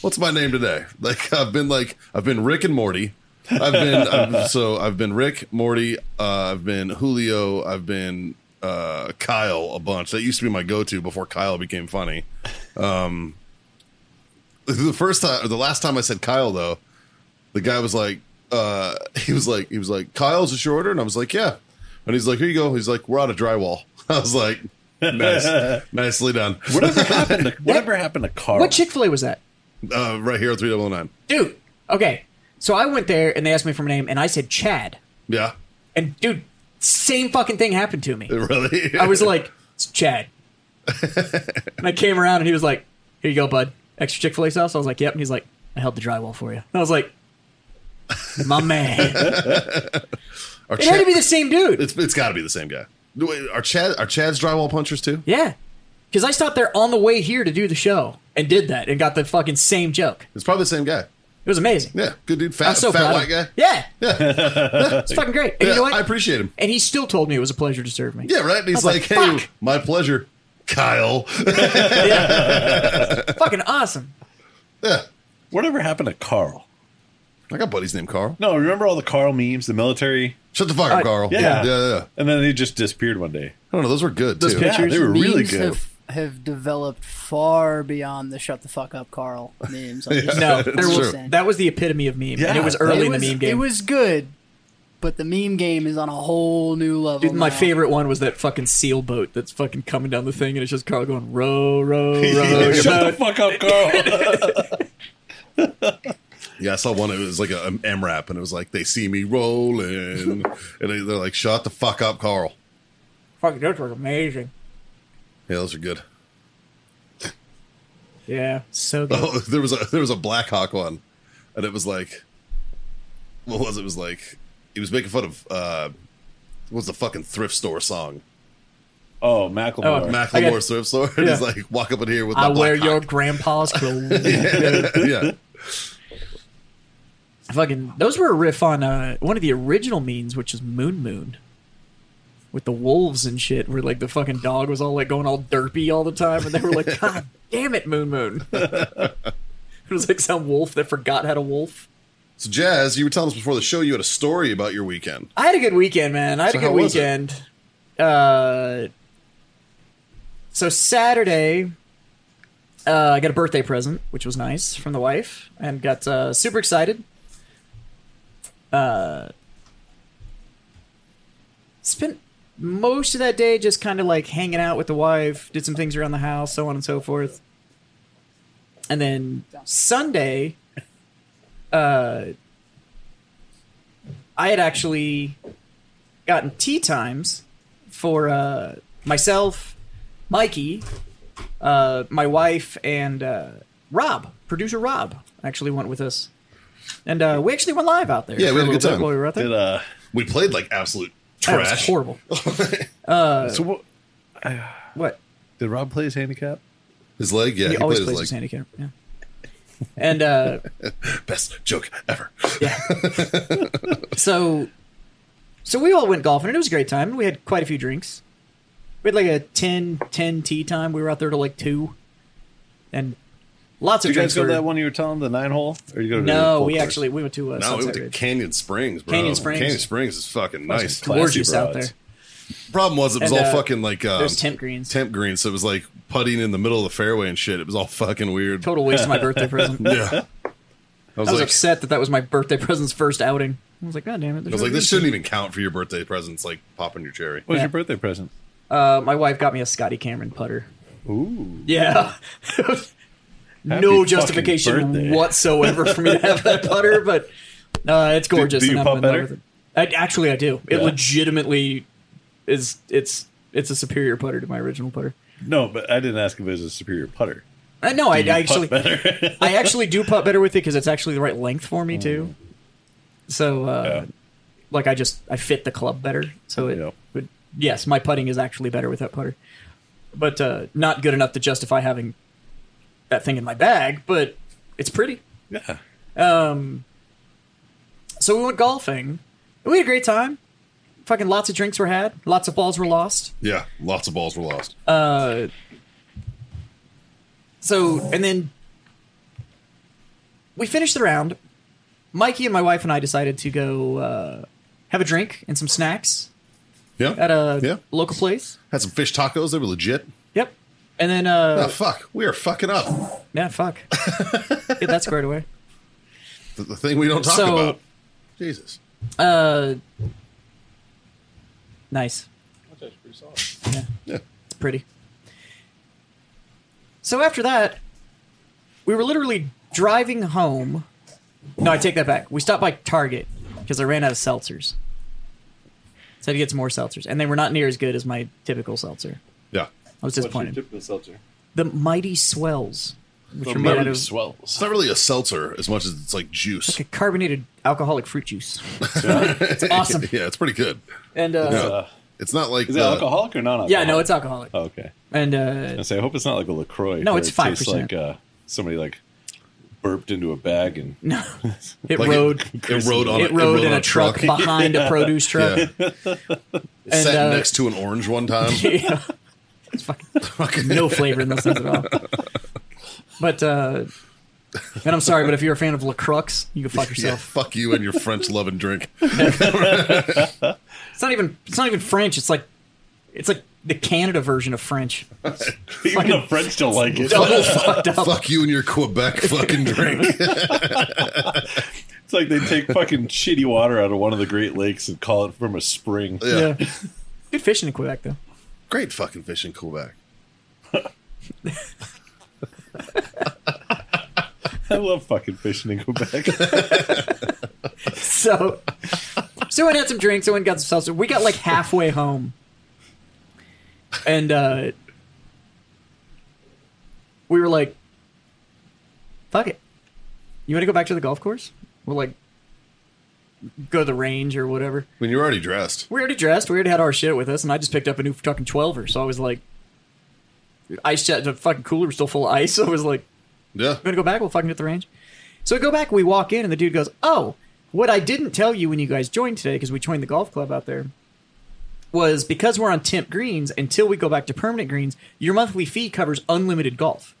Speaker 2: what's my name today? Like I've been like I've been Rick and Morty. I've been I've, so I've been Rick Morty. Uh, I've been Julio. I've been uh, Kyle a bunch. That used to be my go-to before Kyle became funny. Um, the first time or the last time I said Kyle though, the guy was like, uh, he was like, he was like, Kyle's a shorter, and I was like, yeah, and he's like, here you go. He's like, we're out of drywall. I was like, nice, nicely done.
Speaker 3: Whatever happened to whatever happened to Carl?
Speaker 1: What Chick Fil A was that,
Speaker 2: Uh, right here, three double nine.
Speaker 1: dude? Okay, so I went there and they asked me for my name, and I said Chad,
Speaker 2: Yeah,
Speaker 1: and dude, same fucking thing happened to me.
Speaker 2: really.
Speaker 1: I was like, it's Chad. and I came around and he was like, here you go, bud. Extra Chick fil A sauce. I was like, yep. And he's like, I held the drywall for you. And I was like, my man. it
Speaker 2: our
Speaker 1: had
Speaker 2: Chad,
Speaker 1: to be the same dude.
Speaker 2: it's it's got to be the same guy. Wait, Are Chad are Chad's drywall punchers too?
Speaker 1: Yeah. Because I stopped there on the way here to do the show and did that and got the fucking same joke.
Speaker 2: It's probably the same guy.
Speaker 1: It was amazing.
Speaker 2: Yeah, good dude, fat
Speaker 1: I'm so
Speaker 2: fat
Speaker 1: proud.
Speaker 2: white
Speaker 1: of
Speaker 2: guy.
Speaker 1: him. Yeah. Yeah. it's fucking great. And you know
Speaker 2: Yeah,
Speaker 1: what?
Speaker 2: I appreciate him.
Speaker 1: and he still told me it was a pleasure to serve me.
Speaker 2: Yeah, right. And he's
Speaker 1: was
Speaker 2: like,
Speaker 1: like,
Speaker 2: hey,
Speaker 1: fuck.
Speaker 2: my pleasure, Kyle.
Speaker 1: Fucking awesome.
Speaker 2: yeah,
Speaker 3: Whatever happened to Carl?
Speaker 2: I got buddies named Carl.
Speaker 3: No, remember all the Carl memes, the military,
Speaker 2: Shut the fuck up,
Speaker 1: Uh,
Speaker 2: Carl. yeah,
Speaker 3: yeah.
Speaker 2: yeah.
Speaker 3: and then he just disappeared one day.
Speaker 2: I don't know. Those were good too.
Speaker 3: Yeah, they were really
Speaker 4: memes
Speaker 3: good.
Speaker 4: Have, have developed far beyond the "shut the fuck up, Carl" memes. I'm just-
Speaker 1: No,
Speaker 4: I'm
Speaker 1: there
Speaker 4: just
Speaker 1: was,
Speaker 2: true.
Speaker 4: saying.
Speaker 1: that was the epitome of meme. and
Speaker 3: Yeah.
Speaker 1: it was early
Speaker 4: it
Speaker 1: in
Speaker 4: was,
Speaker 1: the meme game.
Speaker 4: It was good, but the meme game is on a whole new level.
Speaker 1: Dude, my
Speaker 4: now.
Speaker 1: favorite one was that fucking seal boat that's fucking coming down the thing, and it's just Carl going row, row, row. your
Speaker 3: Shut
Speaker 1: boat.
Speaker 3: the fuck up, Carl.
Speaker 2: Yeah, I saw one. It was like a, an M rap, and it was like they see me rolling, and they, they're like, "Shut the fuck up, Carl."
Speaker 1: Fucking those were amazing.
Speaker 2: Yeah, those are good.
Speaker 1: Yeah, so good.
Speaker 2: Oh, there was a there was a Black Hawk one, and it was like, what was it? It was like he was making fun of uh, what was the fucking thrift store song?
Speaker 3: oh, Macklemore.
Speaker 1: Oh, Mac-
Speaker 2: Macklemore
Speaker 1: got-
Speaker 2: thrift store. And He's
Speaker 1: Yeah.
Speaker 2: like, walk up in here with my
Speaker 1: I wear
Speaker 2: Black
Speaker 1: your
Speaker 2: Hawk."
Speaker 1: grandpa's clothes.
Speaker 2: yeah,
Speaker 1: fucking, those were a riff on uh, one of the original memes, which is Moon Moon. with the wolves and shit, where like the fucking dog was all like going all derpy all the time, and they were like, "God damn it, Moon Moon!" it was like some wolf that forgot how to wolf.
Speaker 2: So, Jazz, you were telling us before the show you had a story about your weekend.
Speaker 1: I had a good weekend, man. I had
Speaker 2: So
Speaker 1: a good
Speaker 2: how was it?
Speaker 1: weekend. Uh, so Saturday, uh, I got a birthday present, which was nice from the wife, and got uh, super excited. Uh, spent most of that day just kind of like hanging out with the wife, did some things around the house, so on and so forth. And then Sunday, I had actually gotten tea times for uh, myself, Mikey, uh, my wife, and uh, Rob, producer Rob, actually went with us, and uh, we actually went live out there.
Speaker 2: Yeah, we
Speaker 1: for
Speaker 2: had a good
Speaker 1: little bit
Speaker 2: time.
Speaker 1: While we were out there.
Speaker 3: Did, uh,
Speaker 2: We played like absolute
Speaker 1: That was
Speaker 2: trash.
Speaker 1: horrible.
Speaker 3: so what,
Speaker 1: What?
Speaker 3: did Rob play his handicap?
Speaker 2: His leg, yeah,
Speaker 1: He,
Speaker 2: he,
Speaker 1: always
Speaker 2: played
Speaker 1: plays
Speaker 2: his
Speaker 1: his
Speaker 2: leg.
Speaker 1: handicap. Yeah. And uh,
Speaker 2: Best joke ever.
Speaker 1: yeah. so, so we all went golfing and it was a great time. We had quite a few drinks. We had like a 10, 10 tea time. We were out there till like two, and lots
Speaker 3: Did
Speaker 1: of
Speaker 3: you
Speaker 1: drinks.
Speaker 3: guys go to
Speaker 1: were-
Speaker 3: that one you were telling the nine hole? Or you go to the
Speaker 1: no,
Speaker 3: full
Speaker 1: we
Speaker 3: course?
Speaker 1: actually we went to uh,
Speaker 2: No, we went
Speaker 1: Sunset
Speaker 2: to
Speaker 1: Ridge.
Speaker 2: Canyon Springs, bro.
Speaker 1: Canyon Springs.
Speaker 2: Canyon Springs is fucking nice.
Speaker 3: classy
Speaker 1: gorgeous out there.
Speaker 3: broads.
Speaker 2: Problem was, it was
Speaker 1: And,
Speaker 2: all
Speaker 1: uh,
Speaker 2: fucking like um,
Speaker 1: there's temp greens.
Speaker 2: Temp greens. So it was like putting in the middle of the fairway and shit. It was all fucking weird.
Speaker 1: Total waste of my birthday present.
Speaker 2: Yeah. I was,
Speaker 1: I was
Speaker 2: like,
Speaker 1: upset that that was my birthday present's first outing. I was like, God damn it!
Speaker 2: I was like, this shouldn't even count for your birthday presents. Like popping your cherry.
Speaker 3: What was
Speaker 1: Yeah.
Speaker 3: your birthday present?
Speaker 1: Uh, my wife got me a Scotty Cameron putter.
Speaker 3: Ooh.
Speaker 1: Yeah. no
Speaker 3: fucking
Speaker 1: justification
Speaker 3: birthday.
Speaker 1: whatsoever for me to have that putter, but uh, it's gorgeous.
Speaker 3: do you
Speaker 1: and I'm
Speaker 3: putt
Speaker 1: in love
Speaker 3: better?
Speaker 1: with it. I, actually, I do. It
Speaker 3: Yeah.
Speaker 1: legitimately is. It's it's a superior putter to my original putter.
Speaker 3: No, but I didn't ask if it was a superior putter.
Speaker 1: Uh, no, I, I
Speaker 3: You putt
Speaker 1: actually
Speaker 3: better.
Speaker 1: I actually do putt better with it because it's actually the right length for me too. So, uh,
Speaker 3: Mm. Yeah.
Speaker 1: like, I just I fit the club better. So it
Speaker 3: Yeah.
Speaker 1: would. Yes, my putting is actually better with that putter, but uh, not good enough to justify having that thing in my bag. But it's pretty. Um,
Speaker 3: yeah.
Speaker 1: So we went golfing. We had a great time. Fucking lots of drinks were had. Lots of balls were lost.
Speaker 2: Yeah, lots of balls were lost.
Speaker 1: Uh, So, and then we finished the round. Mikey and my wife and I decided to go uh, have a drink and some snacks
Speaker 2: yeah,
Speaker 1: at a
Speaker 2: yeah,
Speaker 1: local place.
Speaker 2: had some fish tacos. They were legit.
Speaker 1: Yep. And then, uh,
Speaker 2: Oh fuck, we are fucking up.
Speaker 1: yeah, fuck. Get that squared away.
Speaker 2: The, the thing we don't talk
Speaker 1: So-
Speaker 2: about. Jesus.
Speaker 1: Uh, nice. Yeah.
Speaker 2: Yeah.
Speaker 1: It's pretty. So after that, we were literally driving home. No, I take that back. We stopped by Target because I ran out of seltzers. So I had to get some more seltzers, and they were not near as good as my typical seltzer.
Speaker 2: Yeah.
Speaker 1: I was disappointed. the Mighty Swells, which are made out of
Speaker 2: It's
Speaker 3: swells.
Speaker 2: not really a seltzer as much as it's like juice.
Speaker 1: like a carbonated alcoholic fruit juice,
Speaker 2: it's
Speaker 1: awesome.
Speaker 2: yeah, it's pretty good.
Speaker 1: and uh,
Speaker 2: Yeah.
Speaker 3: Uh,
Speaker 2: It's not like
Speaker 3: is it
Speaker 2: the-
Speaker 3: alcoholic or non-alcoholic?
Speaker 1: yeah, no, it's alcoholic,
Speaker 3: Oh, okay.
Speaker 1: and uh,
Speaker 3: I say I hope it's not like a Lacroix.
Speaker 1: No,
Speaker 3: where
Speaker 1: it's
Speaker 3: it tastes
Speaker 1: 5%.
Speaker 3: Like uh, somebody like burped into a bag and
Speaker 1: No, it
Speaker 2: like
Speaker 1: rode. It,
Speaker 2: It, it rode on.
Speaker 1: rode, in
Speaker 2: on
Speaker 1: a, truck, behind a produce truck.
Speaker 2: Yeah. It
Speaker 1: And,
Speaker 2: sat
Speaker 1: uh,
Speaker 2: next to an orange one time.
Speaker 1: Yeah. It's fucking no flavor in those things at all. But uh, and I'm sorry, but if you're a fan of Lacroix, you can fuck
Speaker 2: yeah,
Speaker 1: yourself.
Speaker 2: fuck you and your French love and drink.
Speaker 1: It's not even. It's not even French. It's like, it's like the Canada version of French.
Speaker 3: even the French don't like it.
Speaker 1: Double fucked up.
Speaker 2: Oh, Fuck you and your Quebec fucking drink.
Speaker 3: It's like they take fucking shitty water out of one of the Great Lakes and call it from a spring.
Speaker 2: Yeah.
Speaker 1: Yeah. Good fishing in Quebec though.
Speaker 2: Great fucking fish in Quebec.
Speaker 3: I love fucking fishing in Quebec.
Speaker 1: So, so I had some drinks. I went and got some seltzer. We got like halfway home, and uh, we were like, "Fuck it, you want to go back to the golf course?" We're like, "Go to the range or whatever."
Speaker 2: When you're already dressed.
Speaker 1: We already dressed. We already had our shit with us, and I just picked up a new fucking twelver. So I was like, "Ice chest, the fucking cooler was still full of ice." So I was like,
Speaker 2: Yeah.
Speaker 1: you want to go back? We'll fucking hit the range. So we go back, we walk in, and the dude goes, Oh, what I didn't tell you when you guys joined today, because we joined the golf club out there, was because we're on temp greens until we go back to permanent greens, your monthly fee covers unlimited golf.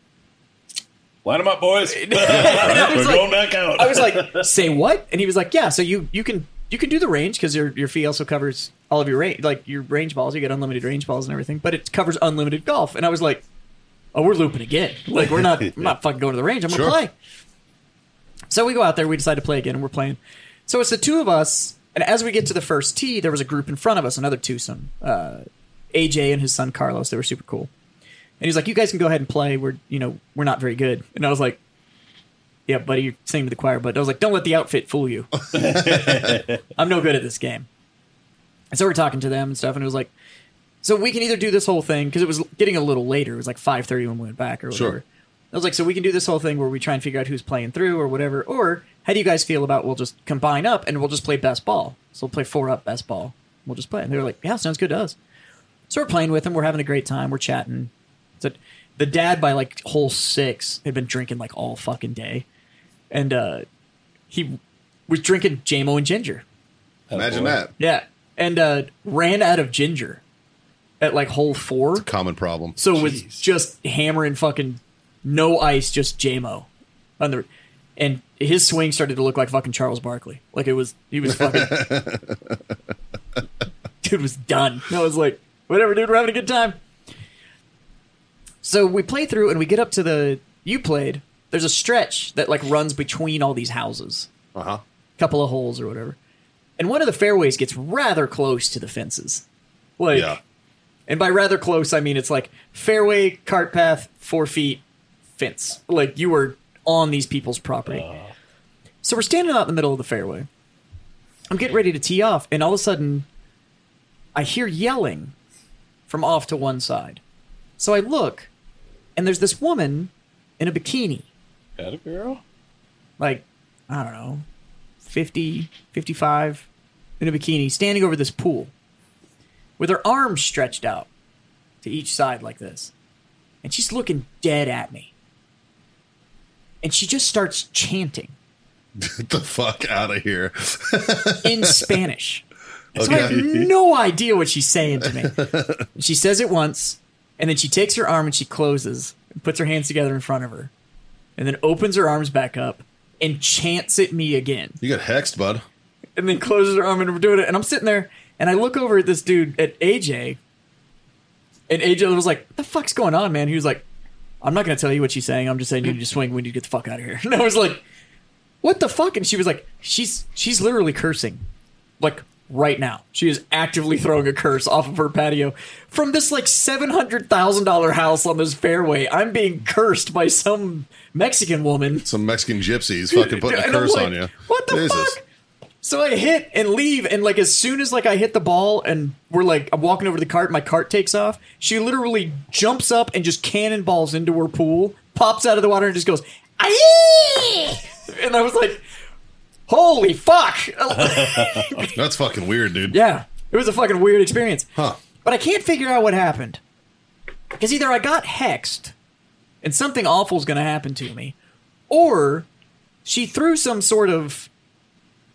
Speaker 3: Line them up, boys.
Speaker 1: I
Speaker 3: We're
Speaker 1: was
Speaker 3: going
Speaker 1: like,
Speaker 3: back out.
Speaker 1: I was like, say what? And he was like, yeah. So you you can you can do the range because your your fee also covers all of your range like your range balls. You get unlimited range balls and everything, but it covers unlimited golf. And I was like, oh, we're looping again. Like we're not I'm not fucking going to the range. I'm
Speaker 2: Sure.
Speaker 1: gonna play. So we go out there. We decide to play again, and we're playing. So it's the two of us. And as we get to the first tee, there was a group in front of us, another twosome. Uh, AJ and his son Carlos. They were super cool. And he's like, "You guys can go ahead and play. We're you know we're not very good." And I was like, "Yeah, buddy, you're singing to the choir." But I was like, "Don't let the outfit fool you. I'm no good at this game." And so we're talking to them and stuff, and it was like, "So we can either do this whole thing because it was getting a little later. It was like 5:30 when we went back or whatever."
Speaker 2: Sure.
Speaker 1: I was like, "So we can do this whole thing where we try and figure out who's playing through or whatever, or how do you guys feel about we'll just combine up and we'll just play best ball? So we'll play four up best ball. We'll just play." And they were like, "Yeah, sounds good to us." So we're playing with him. We're having a great time. We're chatting. So the dad by like hole six had been drinking like all fucking day, and uh, he was drinking JMO and ginger.
Speaker 2: Imagine
Speaker 3: boy.
Speaker 2: that.
Speaker 1: Yeah, and uh, ran out of ginger at like hole four.
Speaker 2: Common problem.
Speaker 1: So was just hammering fucking no ice, just JMO on the, and his swing started to look like fucking Charles Barkley. Like it was, he was fucking, dude was done. I was like, whatever, dude, we're having a good time. So we play through and we get up to the you played. There's a stretch that like runs between all these houses,
Speaker 2: uh huh.
Speaker 1: couple of holes or whatever, and one of the fairways gets rather close to the fences. Like,
Speaker 2: Yeah.
Speaker 1: and by rather close, I mean it's like fairway, cart path, four feet, fence. Like you were on these people's property. So we're standing out in the middle of the fairway. I'm getting ready to tee off, and all of a sudden, I hear yelling from off to one side. So I look, and there's this woman in a bikini,
Speaker 3: Got a girl?
Speaker 1: like, I don't know, 50, 55, in a bikini, standing over this pool with her arms stretched out to each side like this. And she's looking dead at me. And she just starts chanting
Speaker 2: Get the fuck out of here.
Speaker 1: in Spanish. So I have
Speaker 2: Okay.
Speaker 1: no idea what she's saying to me. she says it once, and then she takes her arm and she closes, and puts her hands together in front of her, and then opens her arms back up and chants at me again,
Speaker 2: You got hexed, bud.
Speaker 1: and then closes her arm and we're doing it. And I'm sitting there, and I look over at this dude at AJ, and AJ was like, "What the fuck's going on, man?" He was like, "I'm not going to tell you what she's saying. I'm just saying you need to swing. We need to get the fuck out of here." And I was like, "What the fuck?" And she was like, "She's she's literally cursing." like right now. She is actively throwing a curse off of her patio from this like seven hundred thousand dollar house on this fairway. I'm being cursed by some Mexican woman.
Speaker 2: Some Mexican gypsies fucking putting a
Speaker 1: And I'm
Speaker 2: curse
Speaker 1: like,
Speaker 2: on you.
Speaker 1: What the
Speaker 2: Jesus.
Speaker 1: fuck? So I hit and leave, and like as soon as like I hit the ball, and we're like I'm walking over to the cart, my cart takes off. She literally jumps up and just cannonballs into her pool, pops out of the water, and just goes, "Aye!" And I was like, "Holy fuck!"
Speaker 2: That's fucking weird, dude.
Speaker 1: Yeah, it was a fucking weird experience.
Speaker 2: Huh.
Speaker 1: But I can't figure out what happened. Because either I got hexed and something awful's going to happen to me, or she threw some sort of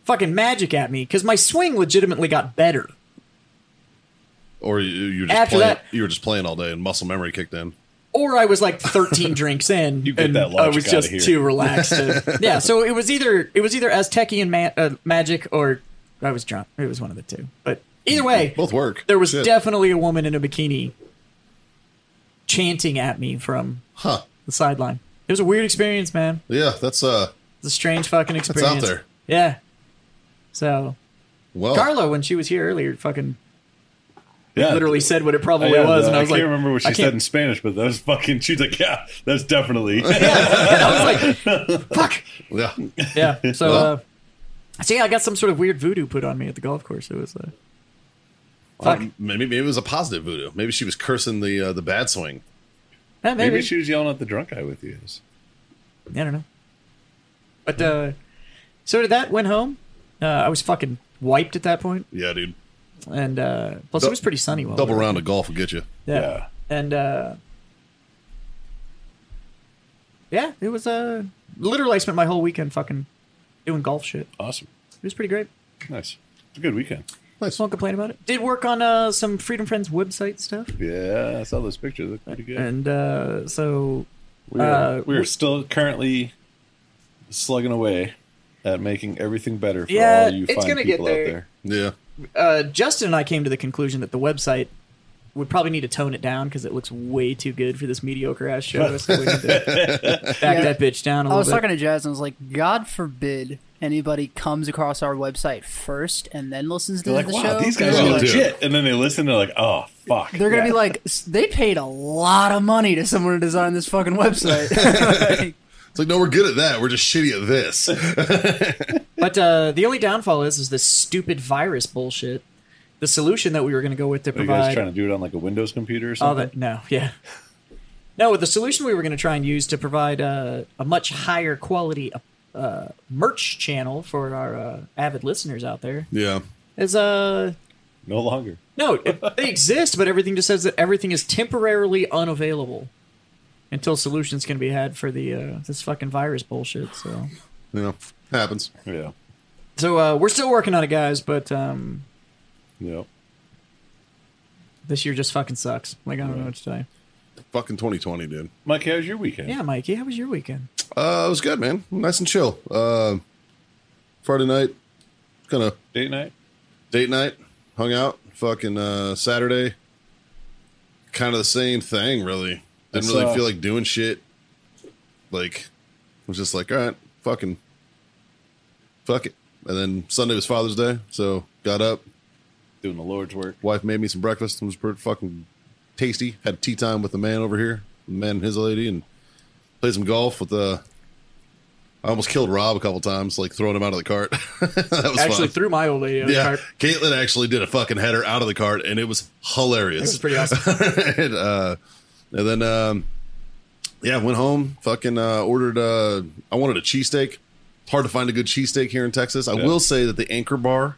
Speaker 1: fucking magic at me because my swing legitimately got better.
Speaker 2: Or you, you were just
Speaker 1: After
Speaker 2: playing,
Speaker 1: that-
Speaker 2: you were just playing all day and muscle memory kicked in.
Speaker 1: Or I was like 13 drinks in,
Speaker 3: get
Speaker 1: and
Speaker 3: that
Speaker 1: I
Speaker 3: logic
Speaker 1: was
Speaker 3: outta
Speaker 1: just
Speaker 3: here.
Speaker 1: too relaxed. to- yeah, so it was either it was either Aztecian ma- uh, magic or I was drunk. It was one of the two. But either way,
Speaker 2: Both work.
Speaker 1: There was
Speaker 2: Shit.
Speaker 1: definitely a woman in a bikini chanting at me from
Speaker 2: Huh.
Speaker 1: the sideline. It was a weird experience, man.
Speaker 2: Yeah, that's uh
Speaker 1: It's a strange fucking
Speaker 2: out
Speaker 1: experience.
Speaker 2: there.
Speaker 1: Yeah. So
Speaker 2: well
Speaker 1: Carla, when she was here earlier, fucking
Speaker 3: Yeah.
Speaker 1: literally said what it probably
Speaker 3: Yeah,
Speaker 1: was,
Speaker 3: the-
Speaker 1: and I was
Speaker 3: can't
Speaker 1: like,
Speaker 3: remember what she
Speaker 1: I
Speaker 3: said in
Speaker 1: can't-
Speaker 3: Spanish, but that was fucking. She's like, yeah, that's definitely.
Speaker 1: I was like, fuck.
Speaker 2: Yeah.
Speaker 1: Yeah. So,
Speaker 2: Well.
Speaker 1: uh, so yeah, I got some sort of weird voodoo put on me at the golf course. It
Speaker 3: Um,
Speaker 1: was, uh, fuck.
Speaker 2: Um, maybe maybe it was a positive voodoo. Maybe she was cursing the uh, the bad swing.
Speaker 1: Yeah, maybe.
Speaker 3: Maybe she was yelling at the drunk guy with you.
Speaker 1: I don't know. But uh, so did that. Went home. Uh, I was fucking wiped at that point,
Speaker 2: Yeah, dude.
Speaker 1: and uh, plus
Speaker 2: Dou-
Speaker 1: it was pretty sunny. While we
Speaker 2: Double
Speaker 1: were-
Speaker 2: round of golf will get you.
Speaker 1: Yeah. and uh yeah it was uh literally i spent my whole weekend fucking doing golf shit it
Speaker 3: Awesome.
Speaker 1: was pretty great
Speaker 3: Nice. It's a good weekend.
Speaker 2: Nice.
Speaker 1: Won't complain about it. Did work on uh, some Freedom Friends website stuff,
Speaker 3: Yeah, I saw those pictures. Look pretty good.
Speaker 1: and uh, so
Speaker 3: we are,
Speaker 1: uh,
Speaker 3: we are still currently slugging away at making everything better for
Speaker 1: Yeah,
Speaker 3: all you
Speaker 1: it's
Speaker 3: fine
Speaker 1: gonna get
Speaker 3: people
Speaker 1: there.
Speaker 3: out there.
Speaker 2: Yeah.
Speaker 1: uh, Justin and I came to the conclusion that the website would probably need to tone it down because it looks way too good for this mediocre ass show. so we need to back that bitch down a
Speaker 4: I
Speaker 1: little
Speaker 4: was
Speaker 1: bit.
Speaker 4: talking to Jazz and I was like, God forbid anybody comes across our website first and then listens to
Speaker 3: They're like,
Speaker 4: the
Speaker 3: wow,
Speaker 4: show.
Speaker 3: these guys are
Speaker 2: Yeah.
Speaker 3: legit. And then they listen, they're like, oh, fuck.
Speaker 4: They're gonna be like, "S- they paid a lot of money to someone to design this fucking website. Like,
Speaker 2: It's like, no, we're good at that. We're just shitty at this.
Speaker 1: but uh, the only downfall is is this stupid virus bullshit. The solution that we were going to go with to
Speaker 3: Are you guys
Speaker 1: provide
Speaker 3: trying to do it on like a Windows computer or
Speaker 1: all
Speaker 3: something?
Speaker 1: that no, yeah, no. The solution we were going to try and use to provide uh, a much higher quality uh, merch channel for our uh, avid listeners out there
Speaker 2: yeah.
Speaker 1: is uh
Speaker 3: No longer.
Speaker 1: No, it, they exist, but everything just says that everything is temporarily unavailable until solutions can be had for the uh, this fucking virus bullshit. So,
Speaker 2: You know, happens.
Speaker 3: Yeah.
Speaker 1: so uh, we're still working on it, guys. But um,
Speaker 3: Yeah.
Speaker 1: this year just fucking sucks. Like I don't know what to tell you.
Speaker 2: Fucking 2020, dude.
Speaker 3: Mike, how's your weekend?
Speaker 1: Yeah, Mikey, how was your weekend?
Speaker 2: Uh, it was good, man. Nice and chill. Uh, Friday night, kind of
Speaker 3: Date night?
Speaker 2: date night, hung out. Fucking uh, Saturday, kind of the same thing. Really, didn't
Speaker 3: I
Speaker 2: really
Speaker 3: saw-
Speaker 2: feel like doing shit. Like, was just like, all right, fucking, fuck it. And then Sunday was Father's Day, so got up.
Speaker 3: Doing the Lord's work.
Speaker 2: Wife made me some breakfast. It was pretty fucking tasty. Had tea time with the man over here, the man and his lady, and played some golf with Uh, I almost killed Rob a couple times, like throwing him out of the cart. that was
Speaker 1: Actually,
Speaker 2: fun.
Speaker 1: threw my old lady. uh, out of the
Speaker 2: Yeah,
Speaker 1: cart.
Speaker 2: Caitlin actually did a fucking header out of the cart, and it was
Speaker 1: It
Speaker 2: hilarious.
Speaker 1: was pretty awesome.
Speaker 2: and, uh, and then, um, yeah, went home. Fucking uh, ordered. Uh, I wanted a cheesesteak. It's hard to find a good cheesesteak here in Texas. I
Speaker 3: Yeah.
Speaker 2: will say that the Anchor Bar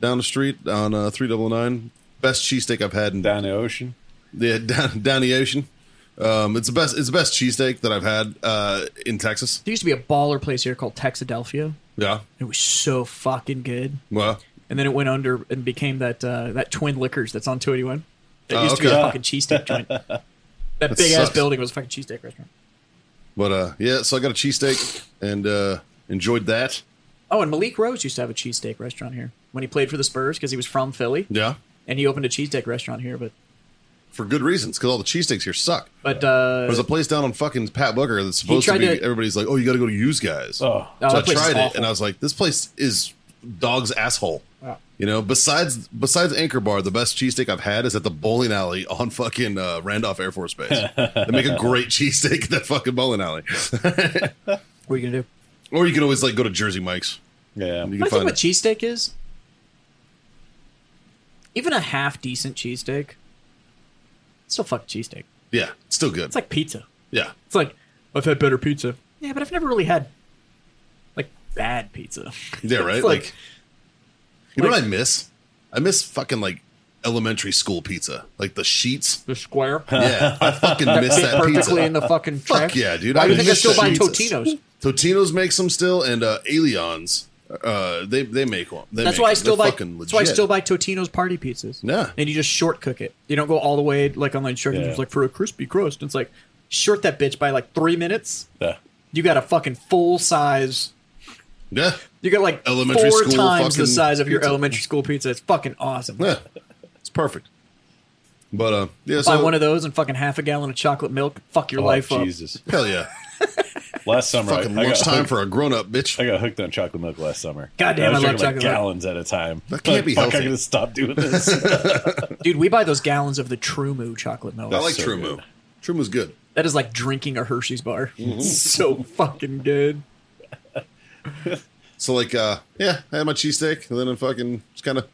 Speaker 2: down the street on uh, three double nine best cheesesteak I've had in
Speaker 3: Down the ocean.
Speaker 2: yeah, down, down the ocean. Um, it's the best. It's the best cheesesteak that I've had uh, in Texas.
Speaker 1: There used to be a baller place here called Texadelphia.
Speaker 2: Yeah.
Speaker 1: It was so fucking good,
Speaker 2: Well,
Speaker 1: and then it went under and became that uh, that Twin Liquors that's on two eighty one. That
Speaker 2: Oh,
Speaker 1: used to be
Speaker 2: okay.
Speaker 1: a fucking cheesesteak joint. That, big ass
Speaker 2: sucks.
Speaker 1: building was a fucking cheesesteak restaurant.
Speaker 2: but uh, yeah. So I got a cheesesteak and uh, enjoyed that.
Speaker 1: Oh, and Malik Rose used to have a cheesesteak restaurant here when he played for the Spurs because he was from Philly
Speaker 2: Yeah.
Speaker 1: and he opened a cheesesteak restaurant here. But
Speaker 2: for good reasons because all the cheesesteaks here suck.
Speaker 1: but uh,
Speaker 2: There's a place down on fucking Pat Booker that's supposed to
Speaker 1: tried
Speaker 2: be.
Speaker 1: to-
Speaker 2: everybody's like, "Oh, you got to go to Use Guys."
Speaker 3: Oh.
Speaker 1: Oh,
Speaker 2: so I
Speaker 1: that place is
Speaker 2: tried it,
Speaker 1: awful.
Speaker 2: and I was like, "This place is dog's asshole."
Speaker 1: Wow.
Speaker 2: You know, besides besides Anchor Bar, the best cheesesteak I've had is at the bowling alley on fucking uh, Randolph Air Force Base. they make a great cheesesteak at that fucking bowling alley.
Speaker 1: what are you gonna do?
Speaker 2: or you can always like go to Jersey Mike's.
Speaker 1: My
Speaker 2: You
Speaker 3: Yeah.
Speaker 2: can
Speaker 1: thing
Speaker 2: find
Speaker 1: with
Speaker 2: it.
Speaker 1: cheesesteak is even a half decent cheesesteak, it's still fuck cheesesteak.
Speaker 2: yeah, it's still good.
Speaker 1: It's like pizza.
Speaker 2: yeah,
Speaker 1: It's like I've had better pizza. Yeah, but I've never really had like bad pizza.
Speaker 2: yeah,
Speaker 1: It's
Speaker 2: right. Like,
Speaker 1: like-
Speaker 2: you know
Speaker 1: like-
Speaker 2: what I miss? I miss fucking like elementary school pizza, like the sheets.
Speaker 1: The square
Speaker 2: Yeah, I fucking miss that
Speaker 1: perfectly
Speaker 2: pizza.
Speaker 1: in the fucking
Speaker 2: Fuck
Speaker 1: trash.
Speaker 2: yeah, dude.
Speaker 1: Why do you think I
Speaker 2: miss
Speaker 1: still
Speaker 2: that
Speaker 1: buy
Speaker 2: pizza.
Speaker 1: Totino's?
Speaker 2: Totino's makes them still, and uh, Aliens, uh, they they make one. They
Speaker 1: That's
Speaker 2: make
Speaker 1: why I
Speaker 2: them.
Speaker 1: still
Speaker 2: They're
Speaker 1: buy.
Speaker 2: fucking
Speaker 1: That's why I
Speaker 2: legit.
Speaker 1: still buy Totino's party pizzas.
Speaker 2: Yeah.
Speaker 1: and you just short cook it. You don't go all the way like on the instructions.
Speaker 3: Yeah.
Speaker 1: It's like for a crispy crust. It's like short that bitch by like three minutes.
Speaker 3: Yeah.
Speaker 1: You got a fucking full size.
Speaker 2: Yeah,
Speaker 1: You got like
Speaker 2: Elementary
Speaker 1: four
Speaker 2: school
Speaker 1: times the
Speaker 2: fucking
Speaker 1: size of your
Speaker 2: pizza.
Speaker 1: elementary school pizza. It's fucking awesome.
Speaker 2: yeah, it's perfect. But uh, yeah,
Speaker 1: Buy
Speaker 2: so
Speaker 1: one of those and fucking half a gallon of chocolate milk. Fuck your
Speaker 3: Oh,
Speaker 1: life up.
Speaker 3: Jesus.
Speaker 2: hell yeah,
Speaker 3: Last summer, I,
Speaker 2: fucking
Speaker 3: I got
Speaker 2: lunchtime
Speaker 3: hooked,
Speaker 2: for a grown up bitch.
Speaker 3: I got hooked on chocolate milk last summer.
Speaker 1: God damn,
Speaker 3: I was
Speaker 1: I love
Speaker 3: drinking,
Speaker 1: chocolate
Speaker 3: like
Speaker 1: milk.
Speaker 3: gallons at a time.
Speaker 2: That can't
Speaker 3: Like,
Speaker 2: be
Speaker 3: fuck,
Speaker 2: healthy.
Speaker 3: I'm gonna stop doing this.
Speaker 1: Dude, we buy those gallons of the True Moo chocolate milk.
Speaker 2: I like
Speaker 3: so
Speaker 2: Trumu.
Speaker 3: good.
Speaker 2: Trumu's good.
Speaker 1: That is like drinking a Hershey's bar.
Speaker 2: Mm-hmm.
Speaker 1: so fucking good.
Speaker 2: So like, uh, yeah, I had my cheesesteak, and then I fucking just kind of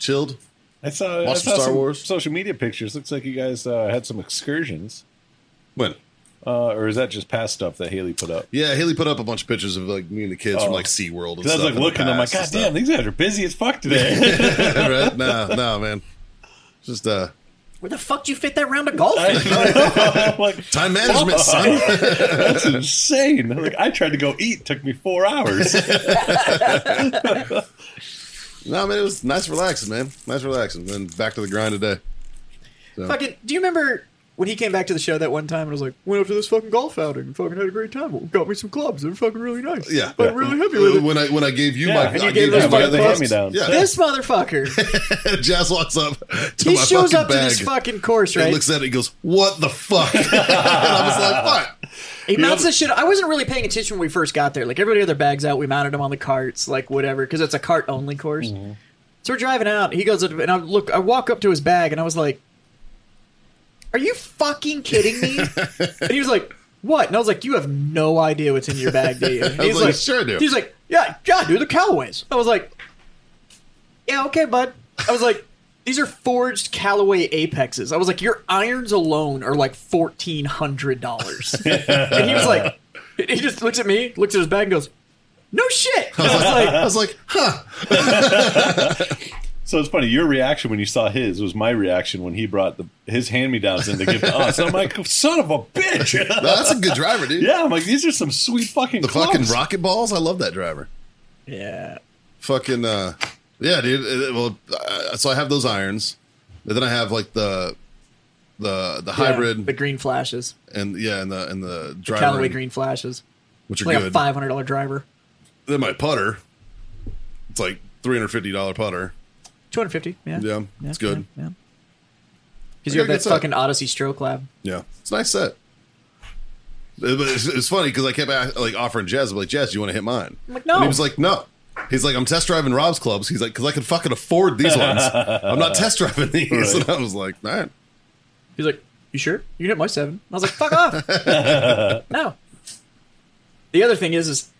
Speaker 2: chilled.
Speaker 3: I saw, I
Speaker 2: Watch
Speaker 3: saw
Speaker 2: Star
Speaker 3: some
Speaker 2: Wars.
Speaker 3: social media pictures. Looks like you guys uh, had some excursions,
Speaker 2: When
Speaker 3: uh, or is that just past stuff that Haley put up?
Speaker 2: yeah, Haley put up a bunch of pictures of like me and the kids from
Speaker 3: Oh.
Speaker 2: like SeaWorld and
Speaker 3: Because I
Speaker 2: stuff.
Speaker 3: was
Speaker 2: in
Speaker 3: like
Speaker 2: the
Speaker 3: looking, I'm like,
Speaker 2: past and
Speaker 3: God
Speaker 2: stuff.
Speaker 3: damn, these guys are busy as fuck today.
Speaker 2: right? Nah, nah, man. Just uh,
Speaker 1: Where the fuck do you fit that round of golf? in?
Speaker 3: I'm like,
Speaker 2: time management, son.
Speaker 3: that's insane. I'm Like, I tried to go eat, took me four hours.
Speaker 2: No, man, it was nice relaxing, man. Nice relaxing. Then back to the grind today.
Speaker 1: Fucking, do you remember when he came back to the show that one time and was like, went up to this fucking golf outing and fucking had a great time. Got me some clubs. They're fucking really nice.
Speaker 2: Yeah.
Speaker 1: I'm really happy with it.
Speaker 2: When I when I gave you
Speaker 3: Yeah,
Speaker 2: my,
Speaker 3: and you
Speaker 2: I
Speaker 1: gave
Speaker 2: you
Speaker 1: us
Speaker 2: my
Speaker 1: my
Speaker 2: other
Speaker 1: hand
Speaker 2: gloves.
Speaker 3: me down.
Speaker 2: Yeah,
Speaker 1: This motherfucker.
Speaker 2: Jazz walks up. To
Speaker 1: he
Speaker 2: my
Speaker 1: shows
Speaker 2: fucking
Speaker 1: up to
Speaker 2: bag.
Speaker 1: this fucking course, right?
Speaker 2: He looks at it and goes, "What the fuck?" and I was like, "What?"
Speaker 1: He mounts this shit. I wasn't really paying attention when we first got there. Like everybody had their bags out. We mounted them on the carts, like whatever, because it's a cart only course.
Speaker 2: Mm-hmm.
Speaker 1: So we're driving out. He goes up and I look. I walk up to his bag and I was like, "Are you fucking kidding me?" and he was like, "What?" And I was like, "You have no idea what's in your bag, do you?" And
Speaker 2: I was like, "Sure I do."
Speaker 1: He's like, "Yeah, yeah, dude, the Callaways." I was like, "Yeah, okay, bud." I was like. These are forged Callaway apexes. I was like, your irons alone are like fourteen hundred dollars. And he was like, he just looks at me, looks at his bag, and goes, "No shit." And I was like,
Speaker 2: I was like, "Huh."
Speaker 3: So it's funny. Your reaction when you saw his was my reaction when he brought the, his hand me downs in to give to us. I'm like, son of a bitch.
Speaker 2: No, that's a good driver, dude.
Speaker 3: yeah, I'm like, these are some sweet fucking
Speaker 2: The fucking
Speaker 3: clubs.
Speaker 2: rocket balls. I love that driver.
Speaker 1: "Yeah."
Speaker 2: Fucking uh, yeah, dude. Uh, Well, uh, so I have those irons, and then I have like the the the hybrid
Speaker 1: the green flashes,
Speaker 2: and yeah, and the and the driver,
Speaker 1: Callaway green flashes,
Speaker 2: which are
Speaker 1: like a
Speaker 2: good.
Speaker 1: five hundred dollar driver,
Speaker 2: Then my putter. It's like three hundred fifty dollar putter.
Speaker 1: two hundred fifty. Yeah,
Speaker 2: Yeah, it's good.
Speaker 1: Yeah, because
Speaker 2: I
Speaker 1: you have
Speaker 2: gotta
Speaker 1: that
Speaker 2: get some.
Speaker 1: fucking Odyssey Stroke Lab.
Speaker 2: Yeah, it's a nice set. It- but It's, it's funny because I kept a- like offering Jazz, I'm like, Jazz, do you want to hit mine?
Speaker 1: I'm like, no.
Speaker 2: And he was like, no. He's like, I'm test driving Rob's clubs. He's like, because I can fucking afford these ones. I'm not test driving these.
Speaker 3: Right.
Speaker 2: And I was like, all right.
Speaker 1: He's like, "You sure? You can hit my seven. I was like, "Fuck off." no. The other thing is, is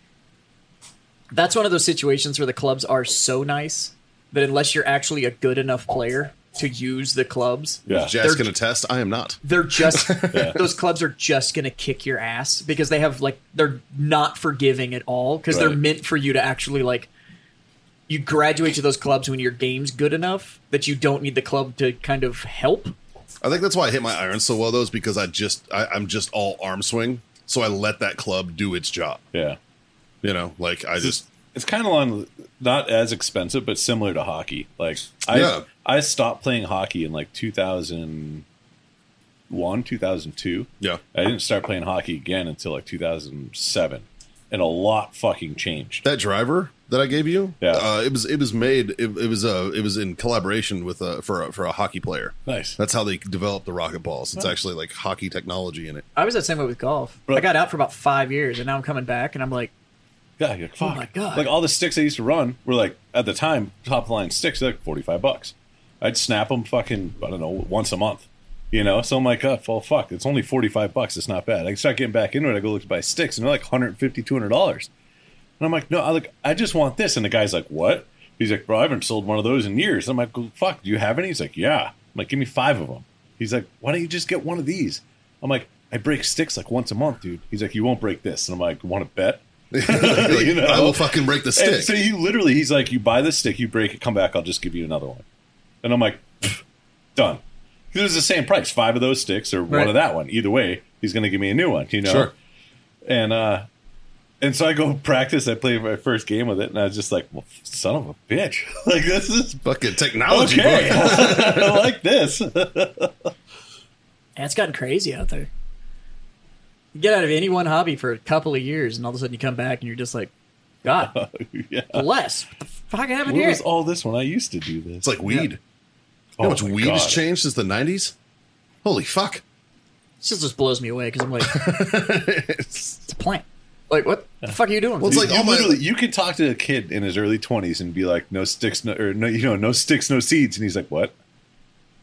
Speaker 1: that's one of those situations where the clubs are so nice that unless you're actually a good enough player to use the clubs,
Speaker 3: Yeah.
Speaker 2: Jazz can attest. I am not.
Speaker 1: they're just those clubs are just gonna kick your ass because they have like they're not forgiving at all because they're
Speaker 3: Right.
Speaker 1: meant for you to actually like you graduate to those clubs when your game's good enough that you don't need the club to kind of help.
Speaker 2: I think that's why I hit my iron so well, though, is because I just, I, I'm just all arm swing. So I let that club do its job.
Speaker 3: Yeah.
Speaker 2: You know, like I just,
Speaker 3: it's kind of on not as expensive but similar to hockey like i
Speaker 2: Yeah.
Speaker 3: i stopped playing hockey in like 2001 2002
Speaker 2: yeah.
Speaker 3: i didn't start playing hockey again until like 2007 and a lot fucking changed
Speaker 2: That driver that I gave you,
Speaker 3: Yeah.
Speaker 2: uh, it was, it was made, it, it was, uh, it was in collaboration with, uh, for, a, for a hockey player.
Speaker 3: nice
Speaker 2: That's how they developed the rocket balls. It's actually like hockey technology in it.
Speaker 1: I was that same way with golf.
Speaker 3: Right.
Speaker 1: I got out for about five years, and now I'm coming back, and I'm like,
Speaker 3: yeah you're like,
Speaker 1: Oh
Speaker 3: fuck
Speaker 1: my God.
Speaker 3: like all the sticks i used to run were like at the time top line sticks they're like 45 bucks i'd snap them fucking i don't know once a month you know, so I'm like, oh, well, fuck, it's only 45 bucks. It's not bad. I start getting back into it. I go look to buy sticks and they're like 150 $200. And I'm like, no, I like, I just want this. And the guy's like, what? He's like, bro, I haven't sold one of those in years. I'm like, well, fuck, do you have any? He's like, yeah. I'm like, give me five of them. He's like, why don't you just get one of these? I'm like, I break sticks like once a month, dude. He's like, you won't break this. And I'm like, want to bet? You know?
Speaker 2: I will fucking break the stick.
Speaker 3: And so you literally, he's like, you buy this stick, you break it, come back, I'll just give you another one. And I'm like, "Pfft, done. 'Cause It was the same price, five of those sticks or one
Speaker 1: Right.
Speaker 3: of that one. Either way, he's going to give me a new one, you know?
Speaker 2: Sure.
Speaker 3: And, uh, and so I go practice. I play my first game with it, and I was just like, well, son of a bitch. Like, this is
Speaker 2: Fucking technology,
Speaker 3: okay.
Speaker 2: bro.
Speaker 3: I like this.
Speaker 1: "Eh, it's gotten crazy out there. You get out of any one hobby for a couple of years, and all of a sudden you come back, and you're just like, God
Speaker 3: yeah.
Speaker 1: bless. What the fuck happened
Speaker 3: Where
Speaker 1: here?
Speaker 3: was all this when I used to do this?
Speaker 2: It's like weed. You know
Speaker 3: Oh
Speaker 2: How much
Speaker 3: my
Speaker 2: weed
Speaker 3: God.
Speaker 2: has changed since the nineties? Holy fuck!
Speaker 1: It just, just blows me away because I'm like, it's a plant. Like, what the fuck are you doing?
Speaker 2: Well, it's
Speaker 3: It's
Speaker 2: like
Speaker 3: like you
Speaker 2: all my-
Speaker 3: literally, you can talk to a kid in his early twenties and be like, "No sticks, no, or no, you know, no sticks, no seeds," and he's like, "What?"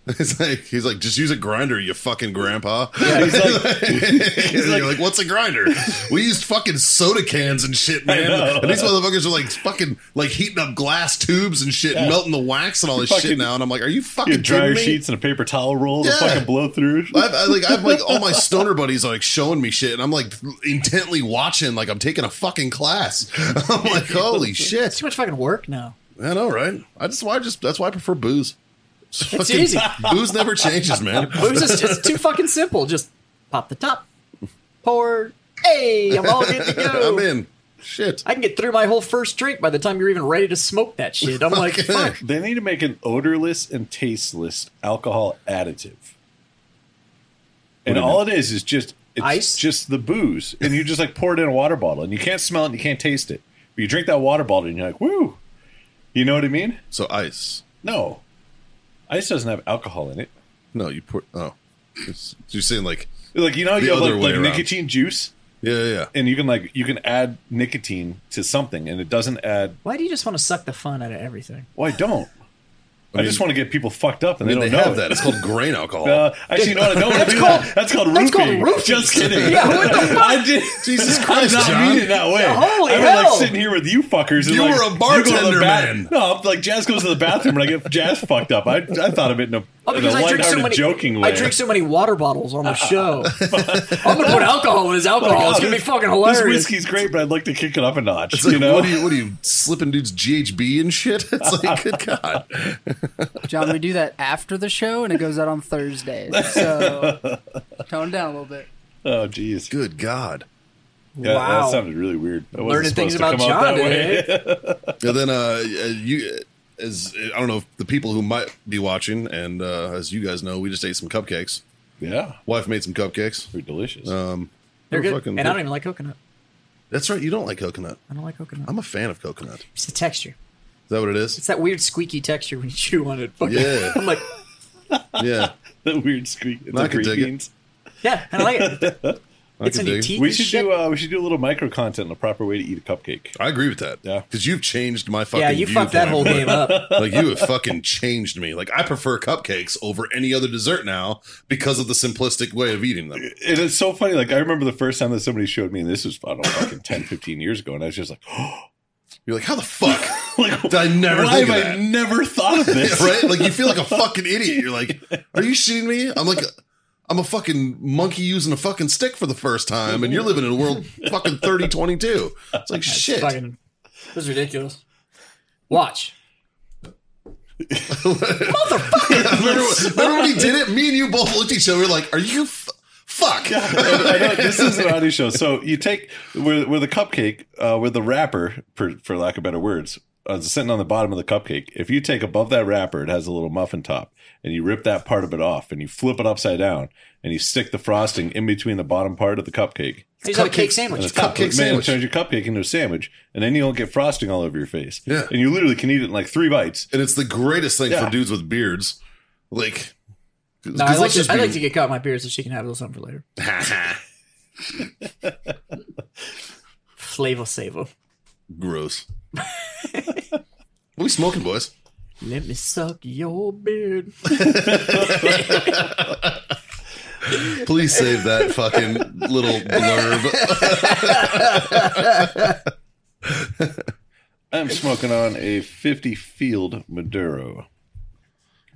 Speaker 2: It's like he's like, just use a grinder, you fucking grandpa.
Speaker 3: He's like,
Speaker 2: And you're like, what's a grinder? we used fucking soda cans and shit, man.
Speaker 3: know.
Speaker 2: And these motherfuckers are like fucking like heating up glass tubes and shit, and melting the wax and all this
Speaker 3: Fucking-
Speaker 2: shit now. And I'm like, are you
Speaker 3: "Your
Speaker 2: fucking
Speaker 3: dryer
Speaker 2: kidding me?
Speaker 3: sheets and a paper towel roll to
Speaker 2: Yeah.
Speaker 3: fucking blow through."
Speaker 2: I've, I, like I've like all my stoner buddies are like showing me shit, and I'm like intently watching, like I'm taking a fucking class. I'm like, holy
Speaker 1: It's
Speaker 2: shit!
Speaker 1: too much fucking work now.
Speaker 2: I know, right? I just why I just that's why I prefer booze. It's
Speaker 1: easy.
Speaker 2: Booze never changes, man.
Speaker 1: It was just, it's too fucking simple. Just pop the top, pour. Hey, I'm all good to go.
Speaker 2: I'm in. Shit.
Speaker 1: I can get through my whole first drink by the time you're even ready to smoke that shit. I'm like,
Speaker 2: Fucking
Speaker 1: fuck.
Speaker 3: They need to make an odorless and tasteless alcohol additive. And all it is is just it's
Speaker 1: Ice?
Speaker 3: just the booze, and you just like pour it in a water bottle, and you can't smell it, and you can't taste it. But you drink that water bottle, and you're like, "Woo!" You know what I mean?
Speaker 2: So ice.
Speaker 3: No, ice doesn't have alcohol in it.
Speaker 2: No, you pour. Oh, It's- you're saying like,
Speaker 3: Like you know,
Speaker 2: The
Speaker 3: you have
Speaker 2: other
Speaker 3: like,
Speaker 2: way
Speaker 3: like
Speaker 2: around.
Speaker 3: nicotine juice,
Speaker 2: yeah, yeah, yeah.
Speaker 3: and you can like you can add nicotine to something, and it doesn't add.
Speaker 1: Why do you just want to suck the fun out of everything?
Speaker 3: Well, I don't. I,
Speaker 2: mean-
Speaker 3: just want to get people fucked up, and
Speaker 2: I mean,
Speaker 3: they
Speaker 2: they
Speaker 3: don't know
Speaker 2: have
Speaker 3: it.
Speaker 2: that. It's called grain alcohol.
Speaker 3: Uh, actually, you know what? I don't want to do that. That's called roofing.
Speaker 1: that's called roofing.
Speaker 3: Just kidding.
Speaker 1: Yeah, what the fuck?
Speaker 3: I did.
Speaker 2: Jesus
Speaker 3: I did
Speaker 2: Christ,
Speaker 3: not
Speaker 2: John.
Speaker 3: mean it that way.
Speaker 1: Holy
Speaker 3: I was
Speaker 1: hell.
Speaker 3: like sitting here with you fuckers. And
Speaker 2: You
Speaker 3: like,
Speaker 2: were a
Speaker 3: you go to the
Speaker 2: bartender,
Speaker 3: ba-
Speaker 2: man.
Speaker 3: No, I'm like Jazz goes to the bathroom and I get Jazz fucked up. I, I thought of it in a,
Speaker 1: Oh,
Speaker 3: in a
Speaker 1: because I drink
Speaker 3: lighthearted,
Speaker 1: so many.
Speaker 3: joking way.
Speaker 1: I drink so many water bottles on the show. I'm gonna put alcohol in his alcohol.
Speaker 3: Oh,
Speaker 1: it's gonna be
Speaker 3: this-
Speaker 1: fucking hilarious.
Speaker 3: This whiskey's great, but I'd like to kick it up a notch.
Speaker 2: It's like,
Speaker 3: you know,
Speaker 2: what are you, what are you slipping dudes GHB and shit? It's like, good God.
Speaker 4: John, we do that after the show, and it goes out on Thursday. So tone down a little bit.
Speaker 3: oh jeez,
Speaker 2: Good God.
Speaker 3: yeah,
Speaker 1: Wow.
Speaker 3: that sounded really weird. I wasn't
Speaker 1: Learning things
Speaker 3: supposed
Speaker 1: about
Speaker 3: to come out
Speaker 1: John eh?
Speaker 3: that way.
Speaker 1: today.
Speaker 2: And then, uh, you, as I don't know if the people who might be watching, and uh, as you guys know, we just ate some cupcakes.
Speaker 3: Yeah,
Speaker 2: Wife made some cupcakes.
Speaker 3: pretty delicious.
Speaker 2: Um,
Speaker 1: They're good.
Speaker 2: fucking-
Speaker 1: And I don't even like coconut.
Speaker 2: That's right. You don't like coconut.
Speaker 1: I don't like coconut.
Speaker 2: I'm a fan of coconut.
Speaker 1: It's the texture.
Speaker 2: Is that what it is?
Speaker 1: It's that weird squeaky texture when you chew on it. Fucking-
Speaker 2: Yeah.
Speaker 1: I'm like,
Speaker 2: Yeah.
Speaker 3: that weird squeak.
Speaker 2: I
Speaker 3: The
Speaker 2: could
Speaker 3: green
Speaker 2: dig it.
Speaker 3: beans.
Speaker 1: yeah, I like it.
Speaker 2: I
Speaker 1: It's
Speaker 2: can
Speaker 1: an
Speaker 2: dig it.
Speaker 1: ET.
Speaker 3: We
Speaker 1: This
Speaker 3: should
Speaker 1: shit-
Speaker 3: do. Uh, we should do a little micro content on the proper way to eat a cupcake.
Speaker 2: I agree with that.
Speaker 3: Yeah.
Speaker 2: Because you've changed my fucking.
Speaker 1: Yeah, you fucked that whole
Speaker 2: viewpoint.
Speaker 1: game up.
Speaker 2: Like you have fucking changed me. Like I prefer cupcakes over any other dessert now because of the simplistic way of eating them.
Speaker 3: And it's so funny. Like I remember the first time that somebody showed me, and this was I don't know, fucking 10, 15 years ago, and I was just like,
Speaker 2: You're like, how the fuck
Speaker 3: like
Speaker 2: did I never
Speaker 3: why
Speaker 2: think
Speaker 3: have
Speaker 2: of
Speaker 3: I
Speaker 2: that?
Speaker 3: never thought of this?
Speaker 2: right? Like you feel like a fucking idiot. You're like, are you shitting me? I'm like, I'm a fucking monkey using a fucking stick for the first time, and you're living in a world fucking 3022. It's like shit.
Speaker 1: Fucking, this is ridiculous. Watch.
Speaker 2: remember, remember when he did it? Me and you both looked at each other like, are you f- fuck?
Speaker 3: I know this is an audio show, so you take with with a cupcake, uh, with the wrapper, for, for lack of better words, uh, sitting on the bottom of the cupcake. If you take above that wrapper, it has a little muffin top, and you rip that part of it off, and you flip it upside down, and you stick the frosting in between the bottom part of the cupcake.
Speaker 1: He's had a cake
Speaker 2: Cupcakes. Uh,
Speaker 1: sandwich.
Speaker 2: It's cupcake
Speaker 3: Man,
Speaker 2: sandwich.
Speaker 3: turns your cupcake into a sandwich, and then you don't get frosting all over your face.
Speaker 2: Yeah.
Speaker 3: and you literally can eat it in like three bites.
Speaker 2: And it's the greatest thing
Speaker 3: Yeah.
Speaker 2: for dudes with beards. Like,
Speaker 1: No, I like, to,
Speaker 2: just
Speaker 1: I
Speaker 2: be-
Speaker 1: like to get caught in my beer so she can have a little something for later. Flavor saver.
Speaker 2: gross. what are we smoking, boys?
Speaker 1: Let me suck your beard.
Speaker 2: Please save that fucking little blurb.
Speaker 3: I'm smoking on a 50 Field Maduro.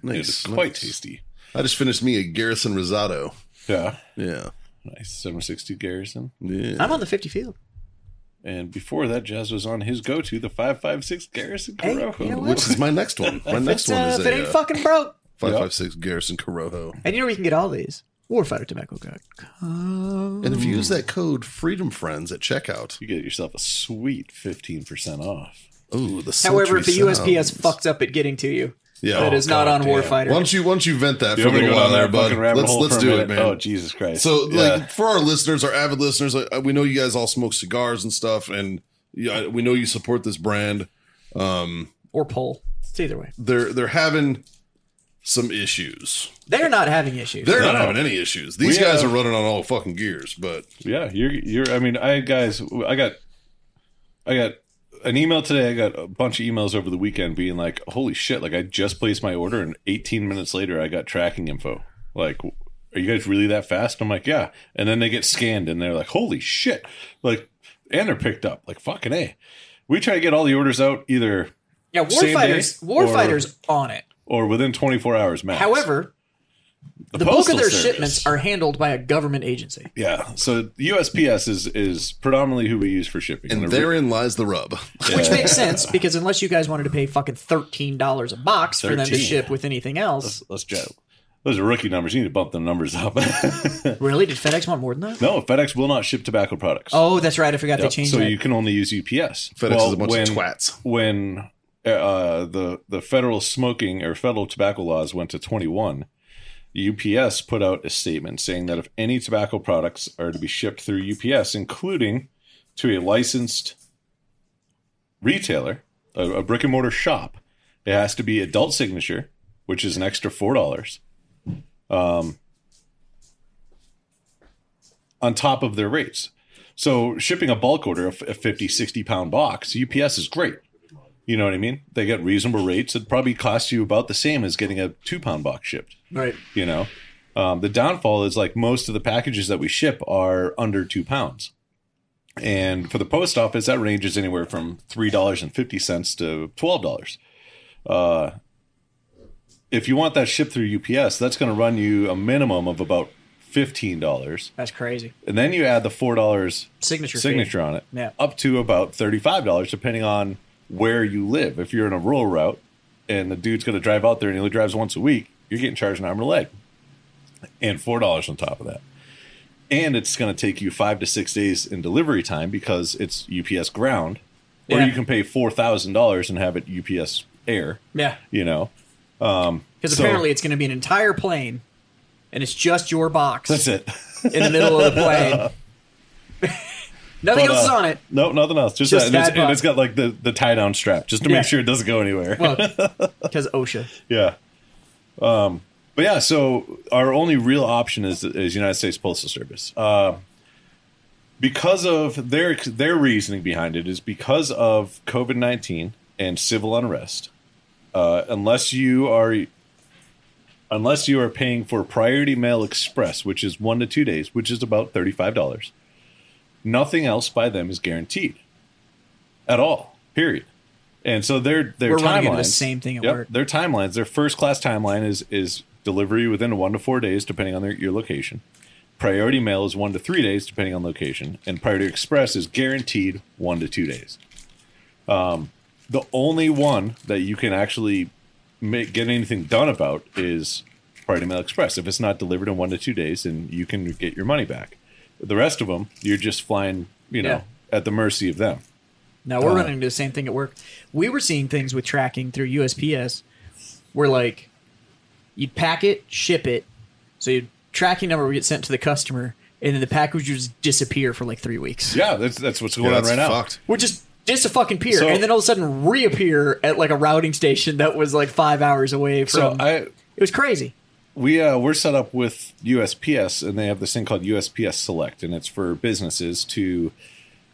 Speaker 3: It's
Speaker 2: nice.
Speaker 3: quite tasty.
Speaker 2: I just finished me a Garrison Rosado.
Speaker 3: Yeah,
Speaker 2: Yeah.
Speaker 3: nice 762 Garrison.
Speaker 2: Yeah.
Speaker 1: I'm on the 50 field.
Speaker 3: And before that, Jazz was on his go-to, the 556 Garrison
Speaker 1: Hey,
Speaker 3: Corojo.
Speaker 1: you know what?
Speaker 2: Which is my next one. My next
Speaker 1: It's,
Speaker 2: one
Speaker 1: uh,
Speaker 2: is
Speaker 1: if
Speaker 2: a
Speaker 1: it ain't
Speaker 2: uh,
Speaker 1: fucking broke.
Speaker 2: 556 Garrison Corojo.
Speaker 1: And you know where you can get all these? Warfighter Tobacco Guy.
Speaker 2: And if you use that code Freedom Friends at checkout,
Speaker 3: You get yourself a sweet 15% off.
Speaker 2: ooh, the
Speaker 1: However, if the
Speaker 2: sultry
Speaker 1: USPS
Speaker 2: sounds.
Speaker 1: fucked up at getting to you,
Speaker 2: Yeah. oh,
Speaker 1: that is not on
Speaker 3: goddamn.
Speaker 2: Why
Speaker 1: Warfighter.
Speaker 2: don't you why don't you vent that for a
Speaker 3: You want me to
Speaker 2: little
Speaker 3: go
Speaker 2: while
Speaker 3: down
Speaker 2: there,
Speaker 3: that
Speaker 2: bud?
Speaker 3: fucking rabbit
Speaker 2: Let's
Speaker 3: hole
Speaker 2: let's
Speaker 3: for a
Speaker 2: do it,
Speaker 3: minute?
Speaker 2: man.
Speaker 3: Oh, Jesus Christ.
Speaker 2: So,
Speaker 3: Yeah.
Speaker 2: like for our listeners, our avid listeners, like, uh, we know you guys all smoke cigars and stuff, and yeah, we know you support this brand.
Speaker 1: or pole. It's either way.
Speaker 2: They're they're having some issues.
Speaker 1: They're not having issues.
Speaker 2: They're not
Speaker 3: No.
Speaker 2: having any issues. These
Speaker 3: We,
Speaker 2: guys
Speaker 3: uh,
Speaker 2: are running on all fucking gears, but
Speaker 3: yeah, you're, you're, I mean, I, guys, I got, I got an email today. I got a bunch of emails over the weekend being like, holy shit, like I just placed my order and 18 minutes later I got tracking info. Like, are you guys really that fast? I'm like, yeah. And then they get scanned and they're like, holy shit. Like, and they're picked up. Like, fucking A. We try to get all the orders out either
Speaker 1: yeah,
Speaker 3: Same
Speaker 1: Warfighters.
Speaker 3: day, or-
Speaker 1: Warfighters on it.
Speaker 3: or within 24 hours max.
Speaker 1: However, the bulk
Speaker 3: Postal
Speaker 1: of their
Speaker 3: Service.
Speaker 1: shipments are handled by a government agency.
Speaker 3: yeah. So USPS is is predominantly who we use for shipping.
Speaker 2: and
Speaker 3: they're
Speaker 2: therein lies the rub.
Speaker 1: Which makes sense because unless you guys wanted to pay fucking thirteen dollars a box for them to
Speaker 3: 13.
Speaker 1: ship with anything else,
Speaker 3: let's joke. Those are rookie numbers. You need to bump the numbers up.
Speaker 1: Really? Did FedEx want more than that?
Speaker 3: no, FedEx will not ship tobacco products.
Speaker 1: Oh, that's right. I forgot they
Speaker 3: Yep.
Speaker 1: changed
Speaker 3: so
Speaker 1: that.
Speaker 3: you can only use UPS.
Speaker 2: FedEx is a bunch of twats.
Speaker 3: When uh, the the federal smoking or federal tobacco laws went to 21, UPS put out a statement saying that if any tobacco products are to be shipped through UPS, including to a licensed retailer, a, a brick and mortar shop, it has to be adult signature, which is an extra four dollars. Um, on top of their rates. So shipping a bulk order, of a 50, 60 pound box, UPS is great. You know what I mean? They get reasonable rates. It probably costs you about the same as getting a two pound box shipped.
Speaker 1: right.
Speaker 3: You know, um, the downfall is like most of the packages that we ship are under two pounds. And for the post office, that ranges anywhere from $3.50 to $12. Uh, if you want that shipped through UPS, that's going to run you a minimum of about $15.
Speaker 1: That's crazy.
Speaker 3: And then you add the $4
Speaker 1: Signature. fee.
Speaker 3: signature on it.
Speaker 1: Yeah.
Speaker 3: Up to about $35, depending on where you live. If you're in a rural route and the dude's going to drive out there and he only drives once a week, you're getting charged an arm and a leg and $4 on top of that. And it's going to take you five to six days in delivery time because it's UPS ground. Or
Speaker 1: Yeah.
Speaker 3: you can pay $4,000 and have it UPS air,
Speaker 1: Yeah.
Speaker 3: you know? Um,
Speaker 1: Because
Speaker 3: So-
Speaker 1: apparently it's going to be an entire plane, and it's just your box
Speaker 3: That's it.
Speaker 1: in the middle of the plane. Nothing
Speaker 3: But,
Speaker 1: else is
Speaker 3: uh,
Speaker 1: on it.
Speaker 3: No, nothing else. Just,
Speaker 1: Just
Speaker 3: that. And it's-
Speaker 1: that
Speaker 3: And,
Speaker 1: box.
Speaker 3: it's got like the, the tie down strap just to
Speaker 1: Yeah.
Speaker 3: make sure it doesn't go anywhere.
Speaker 1: Well, because OSHA.
Speaker 3: Yeah. Um, but yeah, so our only real option is is United States Postal Service. Uh, because of their their reasoning behind it is because of COVID nineteen and civil unrest. Uh, unless you are unless you are paying for priority mail express, which is one to two days, which is about thirty five dollars, nothing else by them is guaranteed at all. Period. And so their their
Speaker 1: We're running into
Speaker 3: timelines
Speaker 1: the same thing at work.
Speaker 3: Their timelines, their first class timeline is is delivery within one to four days, depending on their, your location. Priority mail is one to three days, depending on location, and priority express is guaranteed one to two days. Um, the only one that you can actually make, get anything done about is Priority Mail Express. If it's not delivered in one to two days, then you can get your money back. The rest of them, you're just flying, you know,
Speaker 1: Yeah.
Speaker 3: at the mercy of them.
Speaker 1: Now we're running into the same thing at work. We were seeing things with tracking through USPS where like you'd pack it, ship it, so your tracking number would get sent to the customer, and then the package would just disappear for like three weeks.
Speaker 3: Yeah, that's that's what's going
Speaker 2: Yeah,
Speaker 3: on
Speaker 2: that's
Speaker 3: right now.
Speaker 2: fucked.
Speaker 1: Would just dis a fucking pier,
Speaker 3: So-
Speaker 1: and then all of a sudden reappear at like a routing station that was like five hours away
Speaker 3: So
Speaker 1: from.
Speaker 3: I
Speaker 1: it was crazy.
Speaker 3: we uh, we're set up with USPS, and they have this thing called USPS Select, and it's for businesses to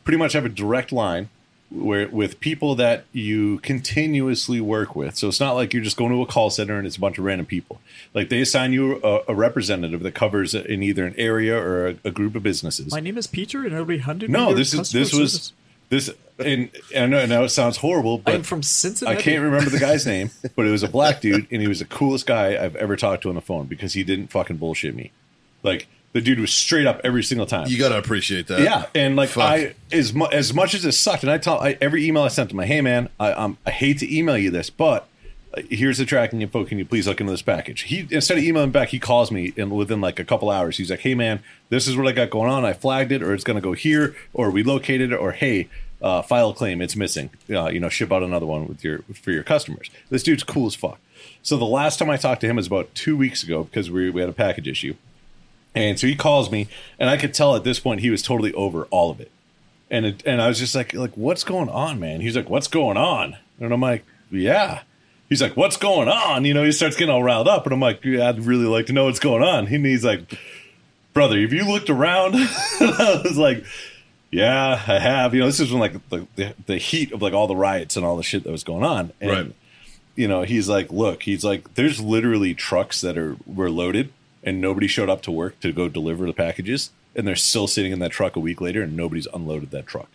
Speaker 3: pretty much have a direct line where with people that you continuously work with. So it's not like you're just going to a call center and it's a bunch of random people. Like they assign you a, a representative that covers in either an area or a, a group of businesses.
Speaker 1: name is Peter, and I'll be hunted.
Speaker 3: no, this is this was this, and I know, I know it sounds horrible, but
Speaker 1: I'm from Cincinnati.
Speaker 3: I can't remember the guy's name, but it was a black dude, and he was the coolest guy I've ever talked to on the phone because he didn't fucking bullshit me. Like the dude was straight up every single time.
Speaker 2: You gotta appreciate that.
Speaker 3: yeah, and like
Speaker 2: Fuck.
Speaker 3: I as mu- as much as it sucked, and I tell I, every email I sent to my, hey man, I um, I hate to email you this, but uh, here's the tracking info. Can you please look into this package? He instead of emailing back, he calls me, and within like a couple hours, he's like, hey man, this is what I got going on. I flagged it, or it's gonna go here, or we located it, or hey. Uh, file claim, it's missing. Uh, you know, ship out another one with your for your customers. This dude's cool as fuck. So the last time I talked to him was about two weeks ago because we, we had a package issue, and so he calls me, and I could tell at this point he was totally over all of it. And it, and I was just like, like, what's going on, man? He's like, what's going on? And I'm like, yeah. He's like, what's going on? You know, he starts getting all riled up, and I'm like, yeah, I'd really like to know what's going on. And he's like, brother, have you looked around? and I was like, yeah, I have. You know, this is when like the, the the heat of like all the riots and all the shit that was going on. And
Speaker 2: Right.
Speaker 3: you know, he's like, look, he's like, there's literally trucks that are were loaded and nobody showed up to work to go deliver the packages, and they're still sitting in that truck a week later, and nobody's unloaded that truck.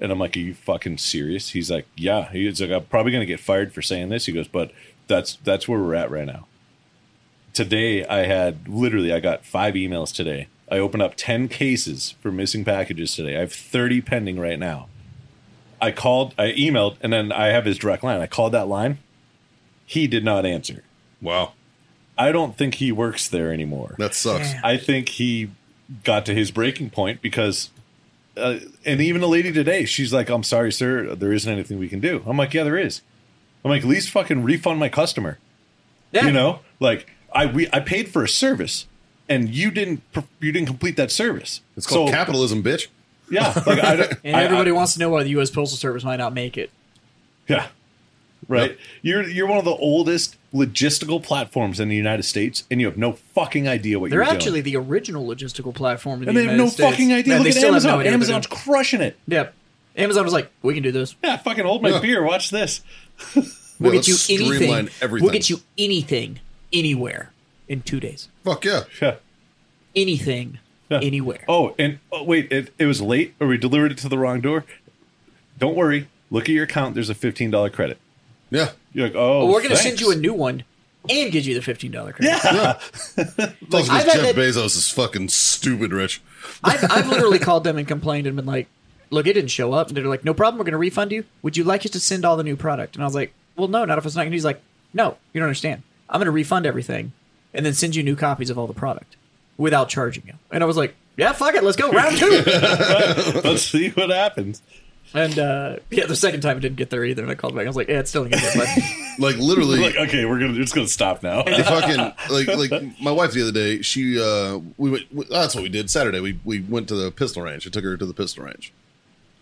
Speaker 3: And I'm like, are you fucking serious? He's like, yeah. He's like, I'm probably gonna get fired for saying this. He goes, but that's that's where we're at right now. Today, I had literally, I got five emails today. I opened up ten cases for missing packages today. I have thirty pending right now. I called, I emailed, and then I have his direct line. I called that line. He did not answer.
Speaker 2: Wow.
Speaker 3: I don't think he works there anymore.
Speaker 2: That sucks.
Speaker 1: Yeah.
Speaker 3: I think he got to his breaking point because, uh, and even a lady today, she's like, "I'm sorry, sir, there isn't anything we can do." I'm like, "Yeah, there is." I'm like, "At least fucking refund my customer."
Speaker 1: Yeah.
Speaker 3: You know, like I we I paid for a service, and you didn't per- you didn't complete that service.
Speaker 2: It's called
Speaker 3: So,
Speaker 2: capitalism, bitch.
Speaker 3: Yeah, like I don't,
Speaker 1: And
Speaker 3: I-
Speaker 1: everybody
Speaker 3: I-
Speaker 1: wants to know why the U.S. Postal Service might not make it.
Speaker 3: Yeah. Right. You're you're one of the oldest logistical platforms in the United States, and you have no fucking idea what
Speaker 1: They're
Speaker 3: you're
Speaker 1: actually
Speaker 3: doing.
Speaker 1: the original logistical platform in
Speaker 3: And
Speaker 1: the
Speaker 3: they have
Speaker 1: United
Speaker 3: no
Speaker 1: States.
Speaker 3: fucking idea.
Speaker 1: Man,
Speaker 3: Look
Speaker 1: they
Speaker 3: at
Speaker 1: still have no
Speaker 3: Amazon.
Speaker 1: idea what they're
Speaker 3: Amazon's crushing it.
Speaker 1: doing. Yep. Amazon was like, "We can do this.
Speaker 3: Yeah, fucking hold my
Speaker 2: Yeah.
Speaker 3: beer. Watch this.
Speaker 1: We'll
Speaker 2: Yeah,
Speaker 1: get you
Speaker 2: let's
Speaker 1: anything.
Speaker 2: streamline everything.
Speaker 1: We'll get you anything, anywhere, in two days.
Speaker 2: Fuck yeah.
Speaker 3: Yeah.
Speaker 1: Anything, anywhere."
Speaker 3: Oh, and oh, wait, it, it was late, or we delivered it to the wrong door. Don't worry. Look at your account. There's a fifteen dollar credit.
Speaker 2: Yeah.
Speaker 3: You're like, oh,
Speaker 1: But we're gonna send
Speaker 3: thanks.
Speaker 1: you a new one and give you the fifteen dollar credit. Yeah.
Speaker 2: Talk
Speaker 1: I've
Speaker 2: about
Speaker 1: had
Speaker 2: Jeff
Speaker 1: that-
Speaker 2: Bezos is fucking stupid rich.
Speaker 1: I've, I've literally called them and complained and been like, "Look, it didn't show up." And they're like, "No problem. We're gonna refund you. Would you like us to send all the new product?" And I was like, "Well, no, not if it's not." And he's like, "No, you don't understand. I'm gonna refund everything, and then send you new copies of all the product without charging you." And I was like, "Yeah, fuck it. Let's go round two.
Speaker 3: Let's see what happens.
Speaker 1: And uh, yeah, the second time it didn't get there either, and I called back. I was like, "Yeah, it's still didn't get there." But
Speaker 2: Like literally
Speaker 3: Like, okay, we're gonna it's gonna stop now. Uh,
Speaker 2: fucking like like my wife the other day she uh we went we- that's what we did saturday we we went to the pistol range i took her to the pistol range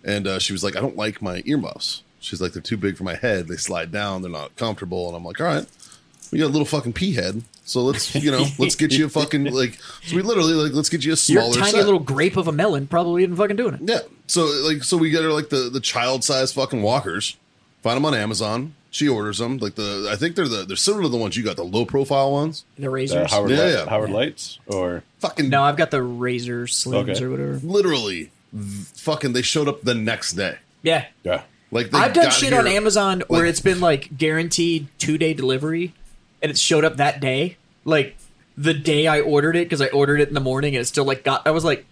Speaker 2: and uh, she was like i don't like my earmuffs she's like they're too big for my head they slide down they're not comfortable and i'm like all right we got a little fucking pea head so let's you know let's get you a fucking like so we literally like let's get you a
Speaker 1: your
Speaker 2: smaller
Speaker 1: tiny
Speaker 2: set.
Speaker 1: little grape of a melon probably isn't fucking doing it.
Speaker 2: Yeah. So like, so we get her like the the child size fucking walkers. Find them on Amazon. She orders them. Like the, I think they're the they're similar to the ones you got, the low profile ones.
Speaker 1: The
Speaker 3: Uh,
Speaker 1: razors.
Speaker 3: Howard,
Speaker 2: Yeah,
Speaker 3: Light-
Speaker 2: yeah.
Speaker 3: Howard Lights or
Speaker 2: Fucking
Speaker 1: no, I've got the razor slims
Speaker 3: Okay.
Speaker 1: or whatever.
Speaker 2: literally, th- fucking. They showed up the next day.
Speaker 1: Yeah,
Speaker 3: yeah.
Speaker 2: Like they
Speaker 1: I've done
Speaker 2: got
Speaker 1: shit
Speaker 2: here-
Speaker 1: on Amazon where it's been like guaranteed two day delivery, and it showed up that day, like the day I ordered it because I ordered it in the morning, and it still like got. I was like,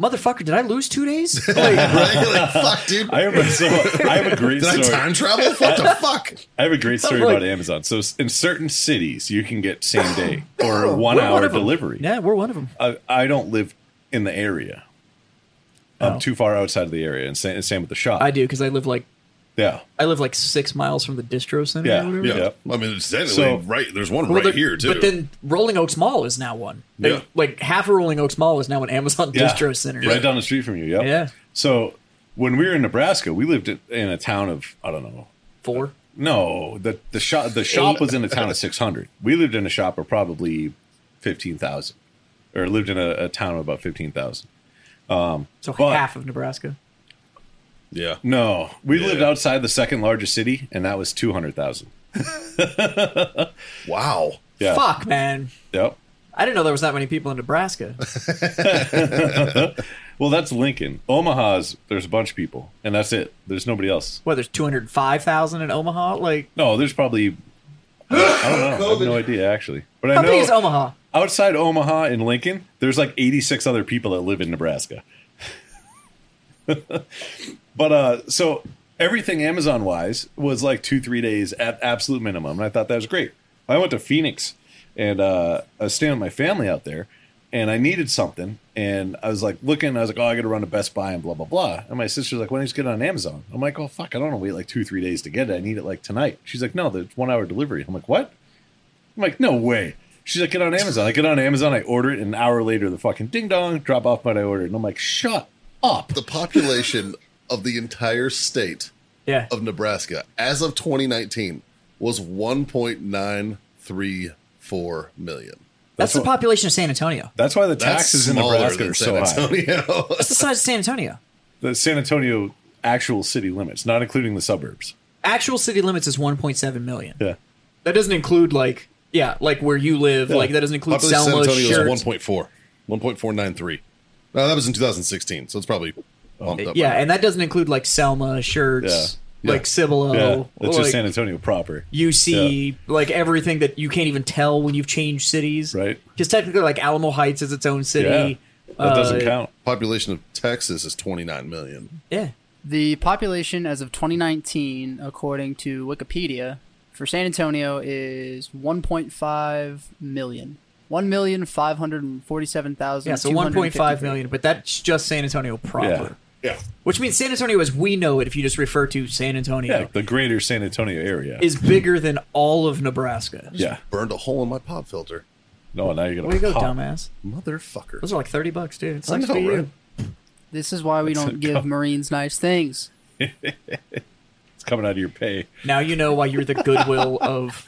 Speaker 1: "Motherfucker, did I lose two days?" Like,
Speaker 2: right? Like fuck, dude.
Speaker 3: I remember so I have a great
Speaker 2: Did I
Speaker 3: story.
Speaker 2: time travel? What the fuck?
Speaker 3: I have a great story
Speaker 1: I'm like-
Speaker 3: about Amazon. So s- in certain cities, you can get same day or
Speaker 1: we're
Speaker 3: one
Speaker 1: one
Speaker 3: hour
Speaker 1: of 'em.
Speaker 3: delivery.
Speaker 1: Yeah, we're one of them.
Speaker 3: I, I don't live in the area. I'm
Speaker 1: Oh.
Speaker 3: too far outside of the area, and same, same with the shop.
Speaker 1: I do because I live like
Speaker 3: yeah,
Speaker 1: I live like six miles from the distro center.
Speaker 3: Yeah.
Speaker 1: or whatever.
Speaker 2: Yeah.
Speaker 3: Yep.
Speaker 2: I mean, it's technically
Speaker 3: So-
Speaker 2: right. There's one
Speaker 1: Well,
Speaker 2: right
Speaker 1: the-
Speaker 2: here too.
Speaker 1: But then Rolling Oaks Mall is now one. Like,
Speaker 2: Yeah.
Speaker 1: like half of Rolling Oaks Mall is now an Amazon
Speaker 3: Yeah.
Speaker 1: distro center.
Speaker 3: right down the street from you. Yep.
Speaker 1: Yeah.
Speaker 3: So when we were in Nebraska, we lived in in a town of I don't know.
Speaker 1: Four.
Speaker 3: No, the the shop the shop was in a town of six hundred. We lived in a shop of probably fifteen thousand, or lived in a, a town of about fifteen thousand.
Speaker 1: So
Speaker 3: But-
Speaker 1: half of Nebraska.
Speaker 2: yeah.
Speaker 3: No, we
Speaker 2: Yeah.
Speaker 3: lived outside the second largest city, and that was two hundred thousand.
Speaker 2: Wow.
Speaker 3: Yeah.
Speaker 1: Fuck, man.
Speaker 3: Yep.
Speaker 1: I didn't know there was that many people in Nebraska.
Speaker 3: Well, that's Lincoln. Omaha's there's a bunch of people, and that's it. There's nobody else.
Speaker 1: what, there's 205,000 in Omaha? Like,
Speaker 3: No, there's probably. I don't know. I have no idea actually, but I
Speaker 1: how big is
Speaker 3: know
Speaker 1: Omaha?
Speaker 3: outside Omaha and Lincoln, there's like 86 other people that live in Nebraska. but uh, so everything Amazon wise was like two three days at absolute minimum, and I thought that was great. I went to Phoenix and uh, I was staying with my family out there, and I needed something, and I was like looking, I was like, oh, I got to run to Best Buy and blah blah blah, and my sister's like, why don't you just get it on Amazon? I'm like, oh fuck, I don't want to wait like two three days to get it. I need it like tonight. She's like, no, there's one hour delivery. I'm like, what? I'm like, no way. She's like, get on Amazon. I get on Amazon, I order it, and an hour later, the fucking ding dong, drop off what I ordered. And I'm like, shut up.
Speaker 2: The population of the entire state
Speaker 1: Yeah.
Speaker 2: of Nebraska as of 2019 was 1.934 million.
Speaker 1: That's, the
Speaker 3: what-
Speaker 1: population of San Antonio.
Speaker 3: That's why the
Speaker 2: That's
Speaker 3: taxes in
Speaker 2: smaller
Speaker 3: Nebraska
Speaker 2: than
Speaker 3: are so
Speaker 2: San
Speaker 3: high.
Speaker 2: Antonio.
Speaker 1: That's the size of San Antonio.
Speaker 3: The San Antonio actual city limits, not including the suburbs.
Speaker 1: Actual city limits is 1.7 million.
Speaker 3: Yeah.
Speaker 1: That doesn't include, like, yeah, like where you live. Like, that doesn't include
Speaker 2: population of San
Speaker 1: Selma,
Speaker 2: Antonio
Speaker 1: shirts.
Speaker 2: is 1.4, 1.493. No, that was in 2016, so it's probably bumped up.
Speaker 1: yeah,
Speaker 2: by now.
Speaker 1: and that doesn't include like Selma shirts,
Speaker 2: Yeah.
Speaker 1: like Cibolo,
Speaker 3: Yeah. it's
Speaker 1: Oh, like
Speaker 3: just San Antonio proper.
Speaker 1: UC, like everything that you can't even tell when you've changed cities,
Speaker 3: Right.
Speaker 1: Because technically, like Alamo Heights is its own
Speaker 3: Yeah.
Speaker 1: city.
Speaker 3: That doesn't
Speaker 1: Uh,
Speaker 3: count.
Speaker 2: population of Texas is 29 million.
Speaker 1: Yeah,
Speaker 4: The population as of 2019, according to Wikipedia, for San Antonio is 1.5 million. 1,547,000.
Speaker 1: Yeah, so 1.5 million, but that's just San Antonio proper.
Speaker 3: Yeah.
Speaker 2: Yeah.
Speaker 1: Which means San Antonio, as we know it, if you just refer to San Antonio,
Speaker 3: Yeah, the greater San Antonio area.
Speaker 1: is bigger than all of Nebraska.
Speaker 3: yeah.
Speaker 2: Burned a hole in my pop filter.
Speaker 3: No, now you're gonna
Speaker 1: Way to go,
Speaker 3: pop.
Speaker 1: dumbass.
Speaker 2: Motherfucker.
Speaker 1: Those are like 30 bucks, dude. It
Speaker 2: I
Speaker 1: sucks
Speaker 2: know,
Speaker 1: for you.
Speaker 2: right?
Speaker 4: This is why we don't give Marines nice things.
Speaker 3: It's coming out of your pay.
Speaker 1: Now you know why you're the goodwill of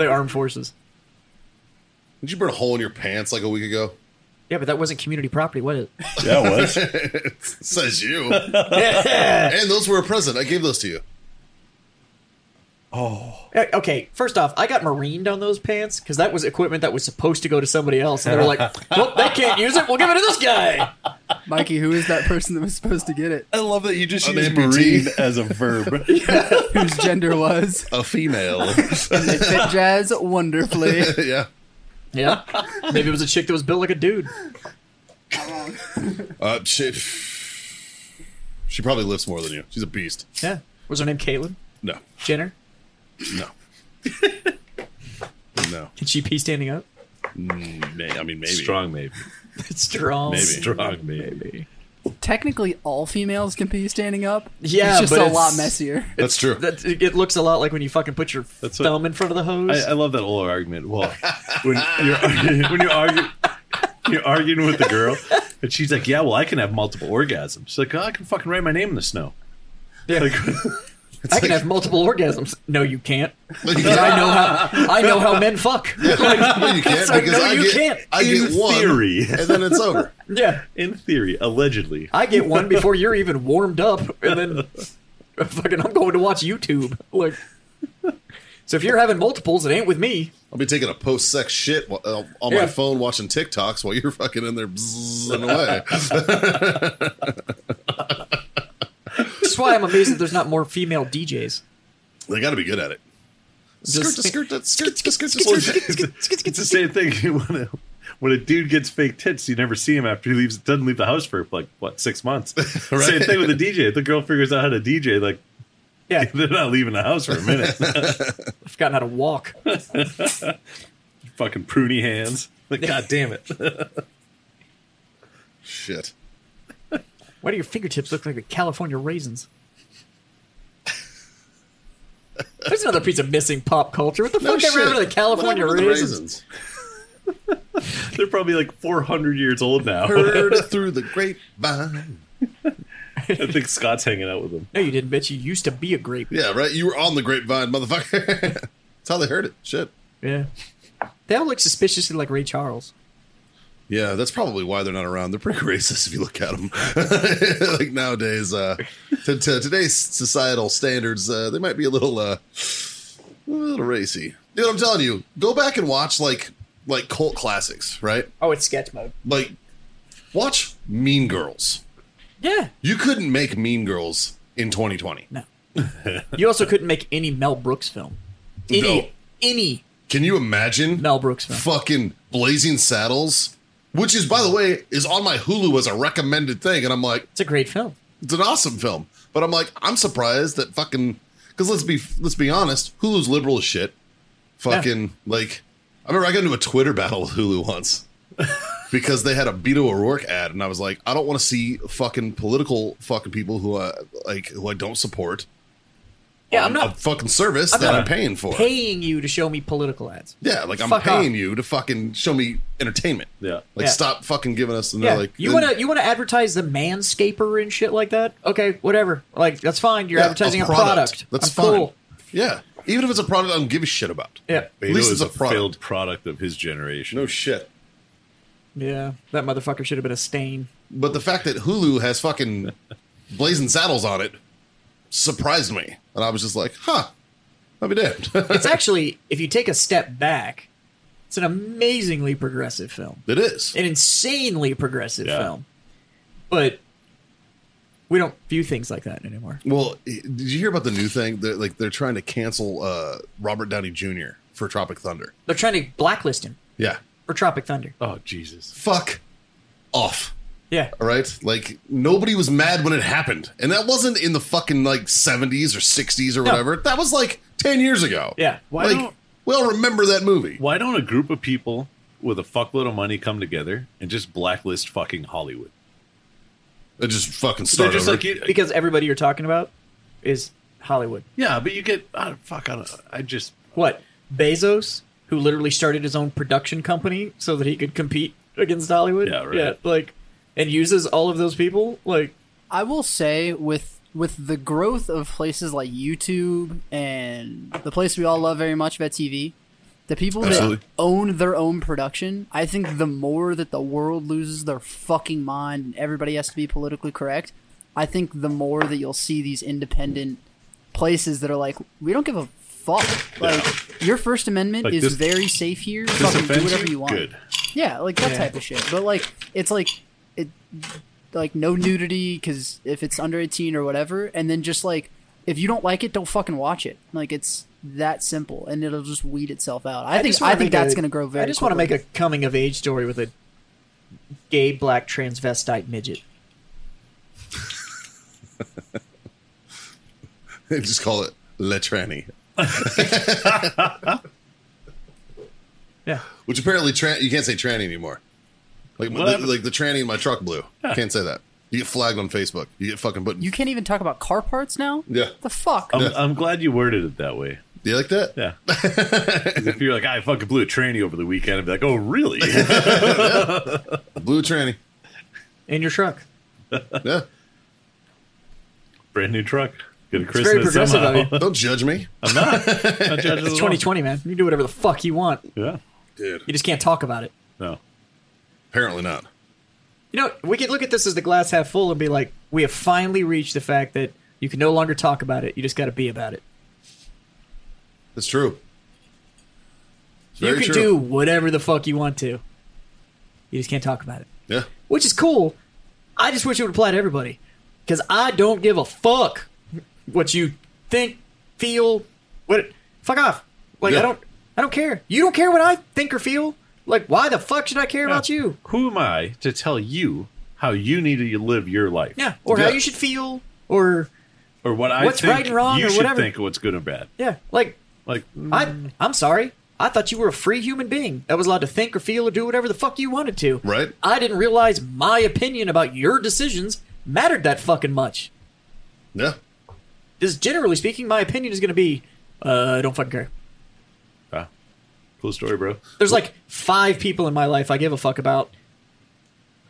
Speaker 1: the armed forces.
Speaker 2: Did you burn a hole in your pants like a week ago?
Speaker 1: Yeah, but that wasn't community property, was it?
Speaker 3: Yeah, it was.
Speaker 2: Says you. and those were a present. I gave those to you.
Speaker 1: Uh, Okay, first off, I got marined on those pants because that was equipment that was supposed to go to somebody else, and they were like, "Well, they can't use it. We'll give it to this guy."
Speaker 4: Mikey, who is that person that was supposed to get it?
Speaker 3: I love that you just
Speaker 2: An
Speaker 3: use
Speaker 2: amputee.
Speaker 3: marine as a verb.
Speaker 4: Whose gender was?
Speaker 2: A female.
Speaker 4: It fit jazz wonderfully.
Speaker 2: yeah.
Speaker 1: Yeah, maybe it was a chick that was built like a dude.
Speaker 2: Uh, she, she probably lifts more than you. She's a beast.
Speaker 1: Yeah, was her name Caitlin
Speaker 2: No.
Speaker 1: Jenner?
Speaker 2: No. no.
Speaker 1: Can she be standing up?
Speaker 2: May, I mean, maybe.
Speaker 3: Strong maybe.
Speaker 1: Strong.
Speaker 2: Maybe.
Speaker 3: Strong maybe.
Speaker 4: Technically, all females can pee standing up.
Speaker 1: Yeah,
Speaker 4: it's just
Speaker 1: but
Speaker 4: a
Speaker 1: it's-
Speaker 4: lot messier.
Speaker 2: That's true.
Speaker 1: That it looks a lot like when you fucking put your
Speaker 3: That's what-
Speaker 1: thumb in front of the hose.
Speaker 3: I, I love that whole argument. Well, when you're when you're arguing, you're arguing with the girl, and she's like, "Yeah, well, I can have multiple orgasms." She's like, oh, "I can fucking write my name in the snow."
Speaker 1: Yeah.
Speaker 3: Like,
Speaker 1: I can have multiple orgasms. No, you can't. Because I know how I know how men fuck. Like,
Speaker 2: No, you can't.
Speaker 1: Sorry,
Speaker 2: because
Speaker 1: no,
Speaker 2: I
Speaker 1: you
Speaker 2: get,
Speaker 1: can't.
Speaker 2: I
Speaker 3: in
Speaker 2: get one,
Speaker 3: theory,
Speaker 2: and then it's over.
Speaker 1: yeah,
Speaker 3: in theory, allegedly,
Speaker 1: I get one before you're even warmed up, and then fucking I'm going to watch YouTube. Like, so if you're having multiples, it ain't with me.
Speaker 2: I'll be taking a post-sex shit wa- uh, on my
Speaker 1: Yeah.
Speaker 2: phone watching TikToks while you're fucking in there bzzzzing away.
Speaker 1: That's why I'm amazed that there's not more female DJs.
Speaker 2: they got to be good at it. Skirt to skirt to skirt to skirt to
Speaker 3: Well,
Speaker 2: skirt. to-
Speaker 3: it's, it's- it's the same thing. When a, when a dude gets fake tits, you never see him after he leaves. Doesn't leave the house for like what six months.
Speaker 2: Right.
Speaker 3: Same thing with the DJ. If the girl figures out how to DJ, like
Speaker 1: Yeah,
Speaker 3: they're not leaving the house for a minute.
Speaker 1: I've forgotten how to walk.
Speaker 3: fucking pruny hands. Like, God damn it.
Speaker 2: Shit.
Speaker 1: Why do your fingertips look like the California raisins? There's another piece of missing pop culture. What the
Speaker 2: No
Speaker 1: fuck ever
Speaker 2: shit.
Speaker 1: happened to the California
Speaker 2: What happened to the
Speaker 1: raisins?
Speaker 3: They're probably like 400 years old now.
Speaker 2: Heard it through the grapevine.
Speaker 3: I think Scott's hanging out with them.
Speaker 1: No, you didn't, bitch. You used to be a grape.
Speaker 2: Yeah, right. You were on the grapevine, motherfucker. That's how they heard it. Shit.
Speaker 1: Yeah. They all look suspiciously like Ray Charles.
Speaker 2: Yeah, that's probably why they're not around. They're pretty racist if you look at them. like nowadays, uh, to, to today's societal standards, uh, they might be a little, uh, a little racy. Dude, I'm telling you, go back and watch like like cult classics, right?
Speaker 1: Oh, it's sketch mode.
Speaker 2: Like, watch Mean Girls.
Speaker 1: Yeah.
Speaker 2: You couldn't make Mean Girls in 2020.
Speaker 1: You also couldn't make any Mel Brooks film. Any
Speaker 2: No.
Speaker 1: any
Speaker 2: Can you imagine?
Speaker 1: Mel Brooks film.
Speaker 2: fucking Blazing Saddles, which is, by the way, is on my Hulu as a recommended thing. And I'm like,
Speaker 1: It's a great film.
Speaker 2: it's an awesome film. But I'm like, I'm surprised that fucking because let's be let's be honest, Hulu's liberal as shit. Fucking like, I remember I got into a Twitter battle with Hulu once because they had a Beto O'Rourke ad, and I was like, I don't want to see fucking political fucking people who I like who I don't support.
Speaker 1: Yeah, I'm
Speaker 2: on a
Speaker 1: not
Speaker 2: fucking service
Speaker 1: I'm
Speaker 2: that
Speaker 1: not
Speaker 2: I'm paying for.
Speaker 1: paying you to show me political ads.
Speaker 2: yeah, like I'm
Speaker 1: Fuck
Speaker 2: paying
Speaker 1: off.
Speaker 2: you to fucking show me entertainment.
Speaker 3: Yeah.
Speaker 2: Like
Speaker 1: Yeah.
Speaker 2: stop fucking giving us and
Speaker 1: Yeah,
Speaker 2: they're like uh,
Speaker 1: you
Speaker 2: then-
Speaker 1: want to you want to advertise the manscaper and shit like that? Okay, whatever. Like that's fine. You're
Speaker 2: Yeah,
Speaker 1: advertising a product.
Speaker 2: That's
Speaker 1: I'm
Speaker 2: fine.
Speaker 1: cool.
Speaker 2: Yeah. Even if it's a product I don't give a shit about.
Speaker 1: Yeah.
Speaker 2: At least
Speaker 3: Beto
Speaker 2: it's
Speaker 3: is
Speaker 2: a product.
Speaker 3: failed product of his generation.
Speaker 2: No shit.
Speaker 1: Yeah, that motherfucker should have been a stain.
Speaker 2: But the fact that Hulu has fucking blazing saddles on it surprised me. And I was just like, huh, I'll be damned.
Speaker 1: It's actually, if you take a step back, it's an amazingly progressive film,
Speaker 2: it is.
Speaker 1: an insanely progressive
Speaker 3: Yeah.
Speaker 1: film. But we don't view things like that anymore.
Speaker 2: Well, did you hear about the new thing? That like they're trying to cancel uh, Robert Downey Jr. for Tropic Thunder.
Speaker 1: They're trying to blacklist him
Speaker 2: Yeah.
Speaker 1: for Tropic Thunder.
Speaker 3: Oh, Jesus.
Speaker 2: Fuck off.
Speaker 1: Yeah,
Speaker 2: All right. Like nobody was mad when it happened. And that wasn't in the fucking like 70s or 60s or whatever. That was like ten years ago.
Speaker 1: Yeah.
Speaker 3: Why
Speaker 2: like
Speaker 3: don't
Speaker 2: we all remember that movie.
Speaker 3: Why don't a group of people with a fuckload of money come together and just blacklist fucking Hollywood?
Speaker 2: It just fucking
Speaker 3: They're
Speaker 2: started.
Speaker 3: just like, you-
Speaker 1: Because everybody you're talking about is Hollywood.
Speaker 3: yeah, but you get I don't, fuck. I, don't, I just
Speaker 1: What? Bezos, who literally started his own production company so that he could compete against Hollywood.
Speaker 3: Yeah, right.
Speaker 1: like, and uses all of those people. Like,
Speaker 4: I will say with with the growth of places like YouTube and the place we all love very much, VetTV, the people that
Speaker 2: Absolutely.
Speaker 4: own their own production, I think the more that the world loses their fucking mind and everybody has to be politically correct, I think the more that you'll see these independent places that are like, we don't give a fuck. Like your First Amendment
Speaker 3: Like,
Speaker 4: is
Speaker 3: this-
Speaker 4: very safe here.
Speaker 3: this
Speaker 4: Fucking do
Speaker 3: offends
Speaker 4: whatever
Speaker 3: you.
Speaker 4: you want.
Speaker 3: Good.
Speaker 4: Yeah, like that type of shit. But like, it's like it, like no nudity because if it's under eighteen or whatever, and then just like if you don't like it, don't fucking watch it. Like it's that simple, and it'll just weed itself out. I, think
Speaker 1: just wanna
Speaker 4: I
Speaker 1: make
Speaker 4: think that's
Speaker 1: a-
Speaker 4: gonna grow very.
Speaker 1: I just want to make
Speaker 4: quickly.
Speaker 1: a coming of age story with a gay black transvestite midget.
Speaker 2: just call it Le Tranny.
Speaker 1: Yeah.
Speaker 2: Which apparently tran you can't say tranny anymore. Like my,
Speaker 3: What?
Speaker 2: the, like the tranny in my truck blew. Can't say that. You get flagged on Facebook. You get fucking put.
Speaker 4: You can't even talk about car parts now.
Speaker 2: yeah.
Speaker 4: The fuck.
Speaker 3: I'm, I'm glad you worded it that way.
Speaker 2: Do you like that?
Speaker 3: Yeah. 'Cause if you're like, I fucking blew a tranny over the weekend, I'd be like, oh, really?
Speaker 2: Blue tranny.
Speaker 1: In your truck.
Speaker 2: Yeah.
Speaker 3: Brand new truck. Good
Speaker 1: It's very
Speaker 3: Christmas.
Speaker 1: progressive
Speaker 3: somehow.
Speaker 1: of you.
Speaker 2: Don't judge me,
Speaker 3: Not judging at all.
Speaker 1: It's 2020, man. You can do whatever the fuck you want.
Speaker 3: Yeah.
Speaker 1: You just can't talk about it.
Speaker 3: No.
Speaker 2: Apparently not.
Speaker 1: You know, we could look at this as the glass half full and be like, we have finally reached the fact that you can no longer talk about it. You just got to be about it.
Speaker 2: It's true. It's
Speaker 1: you
Speaker 2: very
Speaker 1: can
Speaker 2: true.
Speaker 1: do whatever the fuck you want to. You just can't talk about it,
Speaker 2: Yeah.
Speaker 1: which is cool. I just wish it would apply to everybody because I don't give a fuck what you think, feel, what. Fuck off! Like
Speaker 2: Yeah.
Speaker 1: I don't, I don't care. You don't care what I think or feel. Like why the fuck should I care about you?
Speaker 3: Who am I to tell you how you need to live your life?
Speaker 1: Yeah, or how
Speaker 2: Yeah.
Speaker 1: you should feel, or
Speaker 3: Or what I
Speaker 1: What's
Speaker 3: think
Speaker 1: right and wrong
Speaker 3: you
Speaker 1: or
Speaker 3: should
Speaker 1: whatever.
Speaker 3: think of what's good or bad.
Speaker 1: yeah, like
Speaker 3: Like,
Speaker 1: I, I'm sorry. I thought you were a free human being that was allowed to think or feel or do whatever the fuck you wanted to.
Speaker 2: Right.
Speaker 1: I didn't realize my opinion about your decisions mattered that fucking much.
Speaker 2: Yeah.
Speaker 1: Just generally speaking, my opinion is going to be, uh, I don't fucking care.
Speaker 3: ah, cool story, bro.
Speaker 1: There's like five people in my life I give a fuck about,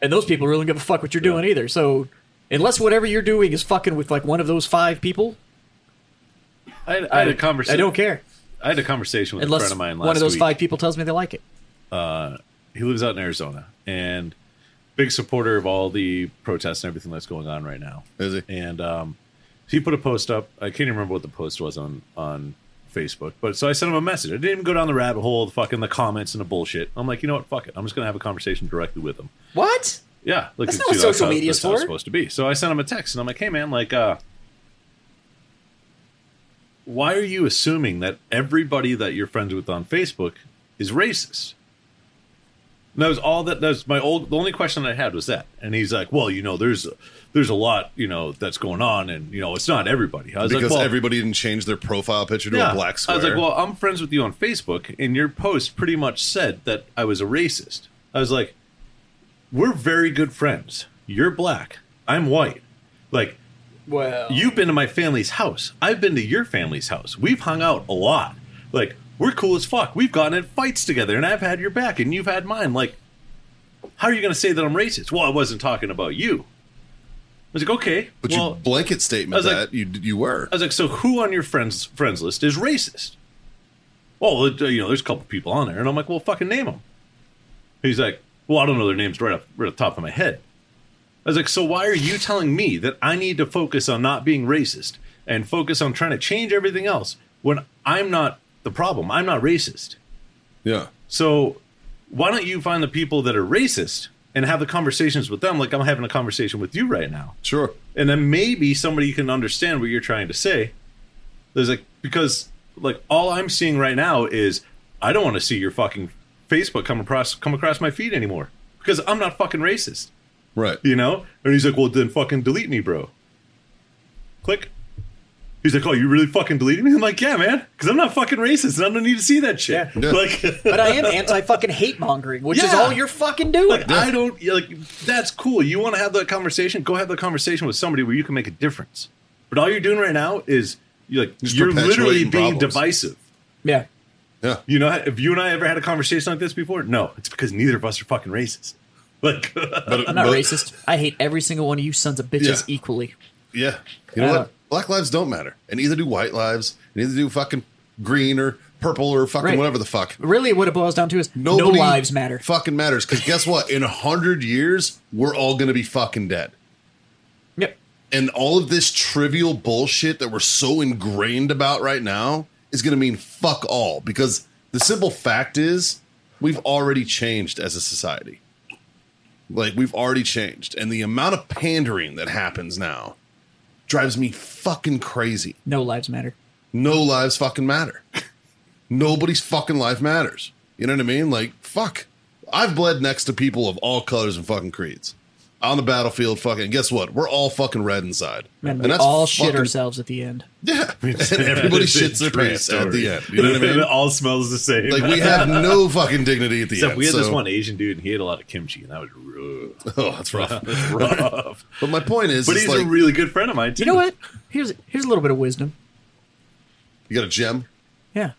Speaker 1: and those people really don't give a fuck what you're doing either. So, unless whatever you're doing is fucking with like one of those five people,
Speaker 3: I had, I had a
Speaker 1: I
Speaker 3: conversation.
Speaker 1: don't care.
Speaker 3: I had a conversation with a
Speaker 1: Unless
Speaker 3: friend of mine last
Speaker 1: one of those
Speaker 3: week.
Speaker 1: five people tells me they like it.
Speaker 3: he lives out in Arizona and big supporter of all the protests and everything that's going on right now.
Speaker 2: Is he?
Speaker 3: And um, he put a post up. I can't even remember what the post was on on Facebook, but so I sent him a message. I didn't even go down the rabbit hole, of the fucking the comments and the bullshit. I'm like, you know what? Fuck it. I'm just gonna have a conversation directly with him.
Speaker 1: What?
Speaker 3: Yeah, look,
Speaker 1: That's
Speaker 3: it's-
Speaker 1: not what
Speaker 3: see,
Speaker 1: social
Speaker 3: how-
Speaker 1: media's
Speaker 3: that's how it's
Speaker 1: for.
Speaker 3: supposed to be. So I sent him a text, and I'm like, "Hey, man, like, uh, why are you assuming that everybody that you're friends with on Facebook is racist?" And that was all that. That was my old. The only question I had was that, and he's like, "Well, you know, there's there's a lot, you know, that's going on, and you know, it's not everybody." I was
Speaker 2: Because
Speaker 3: like, well,
Speaker 2: everybody didn't change their profile picture to a black square.
Speaker 3: I was like, well, I'm friends with you on Facebook, and your post pretty much said that I was a racist. I was like, we're very good friends. You're black. I'm white. Like,
Speaker 1: Well,
Speaker 3: you've been to my family's house. I've been to your family's house. We've hung out a lot. Like, we're cool as fuck. We've gotten in fights together, and I've had your back, and you've had mine. Like, how are you going to say that I'm racist? Well, I wasn't talking about you. I was like, okay.
Speaker 2: but
Speaker 3: well,
Speaker 2: you blanket
Speaker 3: I
Speaker 2: statement
Speaker 3: was like-
Speaker 2: that you you were.
Speaker 3: I was like, so who on your friends friends list is racist? Well, it- uh, you know, there's a couple people on there, and I'm like, well, fucking name them. He's like, well, I don't know their names right off right off the top of my head. I was like, so why are you telling me that I need to focus on not being racist and focus on trying to change everything else when I'm not the problem? I'm not racist.
Speaker 2: yeah.
Speaker 3: So why don't you find the people that are racist and have the conversations with them, like I'm having a conversation with you right now?
Speaker 2: Sure.
Speaker 3: and then maybe somebody can understand what you're trying to say. There's like because like all I'm seeing right now is I don't want to see your fucking Facebook come across come across my feed anymore because I'm not fucking racist,
Speaker 2: Right.
Speaker 3: you know. And he's like, well, then fucking delete me, bro. Click. He's like, "Oh, you really fucking believe me?" I'm like, "Yeah, man, because I'm not fucking racist, and I don't need to see that shit."
Speaker 1: Yeah.
Speaker 2: Yeah.
Speaker 3: Like,
Speaker 1: But I am anti fucking hate mongering, which is
Speaker 3: Yeah.
Speaker 1: all you're fucking doing.
Speaker 3: like I don't yeah, like. That's cool. You want to have that conversation? Go have that conversation with somebody where you can make a difference. But all you're doing right now is you like
Speaker 2: Just
Speaker 3: you're literally
Speaker 2: perpetuating
Speaker 3: being
Speaker 2: problems.
Speaker 3: divisive.
Speaker 1: yeah.
Speaker 2: Yeah.
Speaker 3: You know, if you and I ever had a conversation like this before, no, it's because neither of us are fucking racist. Like,
Speaker 2: But,
Speaker 1: I'm not
Speaker 2: but-
Speaker 1: racist. I hate every single one of you sons of bitches
Speaker 2: Yeah.
Speaker 1: equally.
Speaker 2: Yeah. You know
Speaker 1: Yeah.
Speaker 2: what? Black lives don't matter. And either do white lives, and either do fucking green or purple or fucking
Speaker 1: Right.
Speaker 2: whatever the fuck.
Speaker 1: Really, what it boils down to is no
Speaker 2: Nobody
Speaker 1: lives matter.
Speaker 2: Fucking matters. Because guess what? In a hundred years, we're all gonna be fucking dead.
Speaker 1: Yep.
Speaker 2: And all of this trivial bullshit that we're so ingrained about right now is gonna mean fuck all. Because the simple fact is we've already changed as a society. Like we've already changed. And the amount of pandering that happens now drives me fucking crazy.
Speaker 1: No lives matter.
Speaker 2: no lives fucking matter. Nobody's fucking life matters. You know what I mean? Like, fuck. I've bled next to people of all colors and fucking creeds on the battlefield. Fucking, and guess what? We're all fucking red inside.
Speaker 1: And, we all shit
Speaker 2: fucking-
Speaker 1: ourselves at the end.
Speaker 2: Yeah. And everybody
Speaker 3: It's a
Speaker 2: shits their
Speaker 3: true
Speaker 2: pants at
Speaker 3: story.
Speaker 2: the end. You know what I
Speaker 3: it
Speaker 2: mean?
Speaker 3: all smells the same.
Speaker 2: Like, we have no fucking dignity at the
Speaker 3: Except
Speaker 2: end.
Speaker 3: we had this
Speaker 2: so-
Speaker 3: one Asian dude, and he ate a lot of kimchi, and that was rough.
Speaker 2: Oh, that's rough.
Speaker 3: That's rough.
Speaker 2: But my point is,
Speaker 3: but
Speaker 2: it's
Speaker 3: he's
Speaker 2: like,
Speaker 3: a really good friend of mine. Too.
Speaker 1: You know what? Here's here's a little bit of wisdom.
Speaker 2: you got a gem?
Speaker 1: Yeah.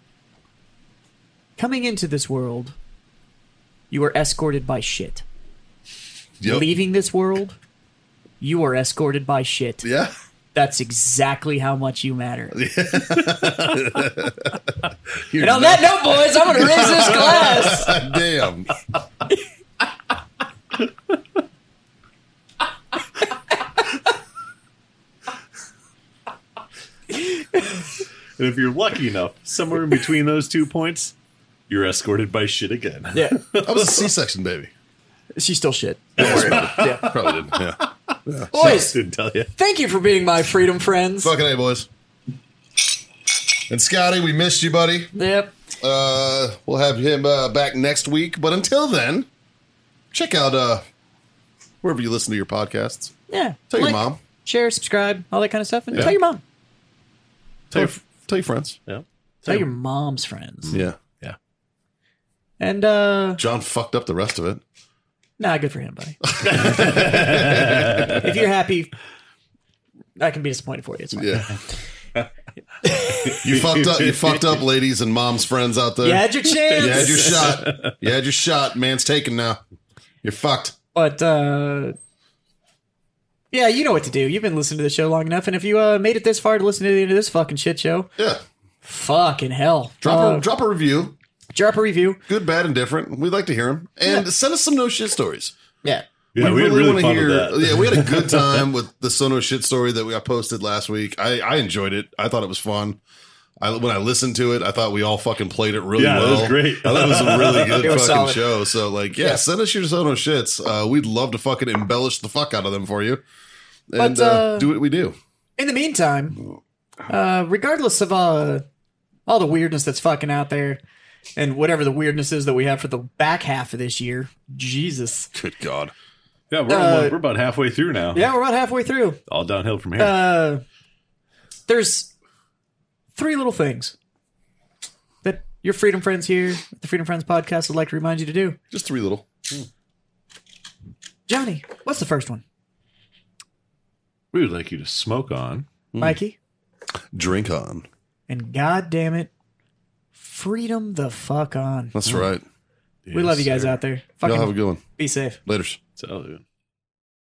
Speaker 1: Coming into this world, you are escorted by shit.
Speaker 2: Yep.
Speaker 1: Leaving this world, you are escorted by shit.
Speaker 2: Yeah.
Speaker 1: That's exactly how much you matter.
Speaker 2: You're
Speaker 1: And on that note, boys, I'm gonna raise this glass.
Speaker 2: not- damn.
Speaker 3: And if you're lucky enough, somewhere in between those two points, you're escorted by shit again.
Speaker 1: Yeah,
Speaker 2: I was a C-section baby.
Speaker 1: she's still shit.
Speaker 2: Probably didn't. Yeah.
Speaker 1: Boys,
Speaker 3: Didn't tell you.
Speaker 1: thank you for being my freedom friends.
Speaker 2: Fucking A, boys. And Scotty, we missed you, buddy.
Speaker 1: Yep.
Speaker 2: Uh, we'll have him uh, back next week. But until then, check out uh, wherever you listen to your podcasts.
Speaker 1: Yeah.
Speaker 2: Tell your
Speaker 1: Like,
Speaker 2: mom.
Speaker 1: Share, subscribe, all that kind of stuff, and
Speaker 2: Yeah.
Speaker 1: tell your mom.
Speaker 2: Tell your, tell your friends.
Speaker 3: Yeah.
Speaker 1: Tell your mom's friends.
Speaker 2: Yeah.
Speaker 3: Yeah.
Speaker 1: And uh
Speaker 2: John fucked up the rest of it.
Speaker 1: nah, good for him, buddy. if you're happy, I can be disappointed for you. It's fine.
Speaker 2: Yeah. you fucked up. You fucked up, ladies and mom's friends out there.
Speaker 1: You had your chance.
Speaker 2: You had your shot. You had your shot. Man's taken now. You're fucked.
Speaker 1: But uh yeah, you know what to do. You've been listening to the show long enough, and if you uh, made it this far to listen to the end of this fucking shit show,
Speaker 2: Yeah.
Speaker 1: fucking hell,
Speaker 2: Drop
Speaker 1: Uh,
Speaker 2: a drop a review.
Speaker 1: drop a review.
Speaker 2: Good, bad, and different. We'd like to hear them. And send us some no shit stories.
Speaker 1: Yeah,
Speaker 3: Yeah, we, had really fun
Speaker 2: wanna
Speaker 3: with that.
Speaker 2: Yeah, we had a good time with the Sono shit story that we I posted last week. I, I enjoyed it. I thought it was fun. I, when I listened to it, I thought we all fucking played it really
Speaker 3: Yeah, that
Speaker 2: well.
Speaker 3: was great.
Speaker 2: I thought it was a really good
Speaker 1: It was
Speaker 2: fucking
Speaker 1: solid.
Speaker 2: show. So like, yeah, send us your Sono shits. Uh, we'd love to fucking embellish the fuck out of them for you, and
Speaker 1: But,
Speaker 2: uh,
Speaker 1: uh,
Speaker 2: do what we do.
Speaker 1: In the meantime, uh, regardless of uh, all the weirdness that's fucking out there, and whatever the weirdness is that we have for the back half of this year, Jesus.
Speaker 2: Good God,
Speaker 3: Yeah, we're,
Speaker 1: Uh,
Speaker 3: almost- we're about halfway through now.
Speaker 1: Yeah, we're about halfway through.
Speaker 3: All downhill from here.
Speaker 1: Uh, there's three little things that your Freedom Friends here, at the Freedom Friends podcast, would like to remind you to do.
Speaker 2: just three little.
Speaker 1: Johnny, what's the first one?
Speaker 3: we would like you to smoke on.
Speaker 1: Mikey?
Speaker 2: Drink on.
Speaker 1: And god damn it, freedom the fuck on.
Speaker 2: That's right.
Speaker 1: we love you guys
Speaker 3: Yes,
Speaker 1: out there.
Speaker 2: Y'all
Speaker 1: Fucking
Speaker 2: have a good one.
Speaker 1: be safe.
Speaker 2: Later's.
Speaker 3: sir. Salute.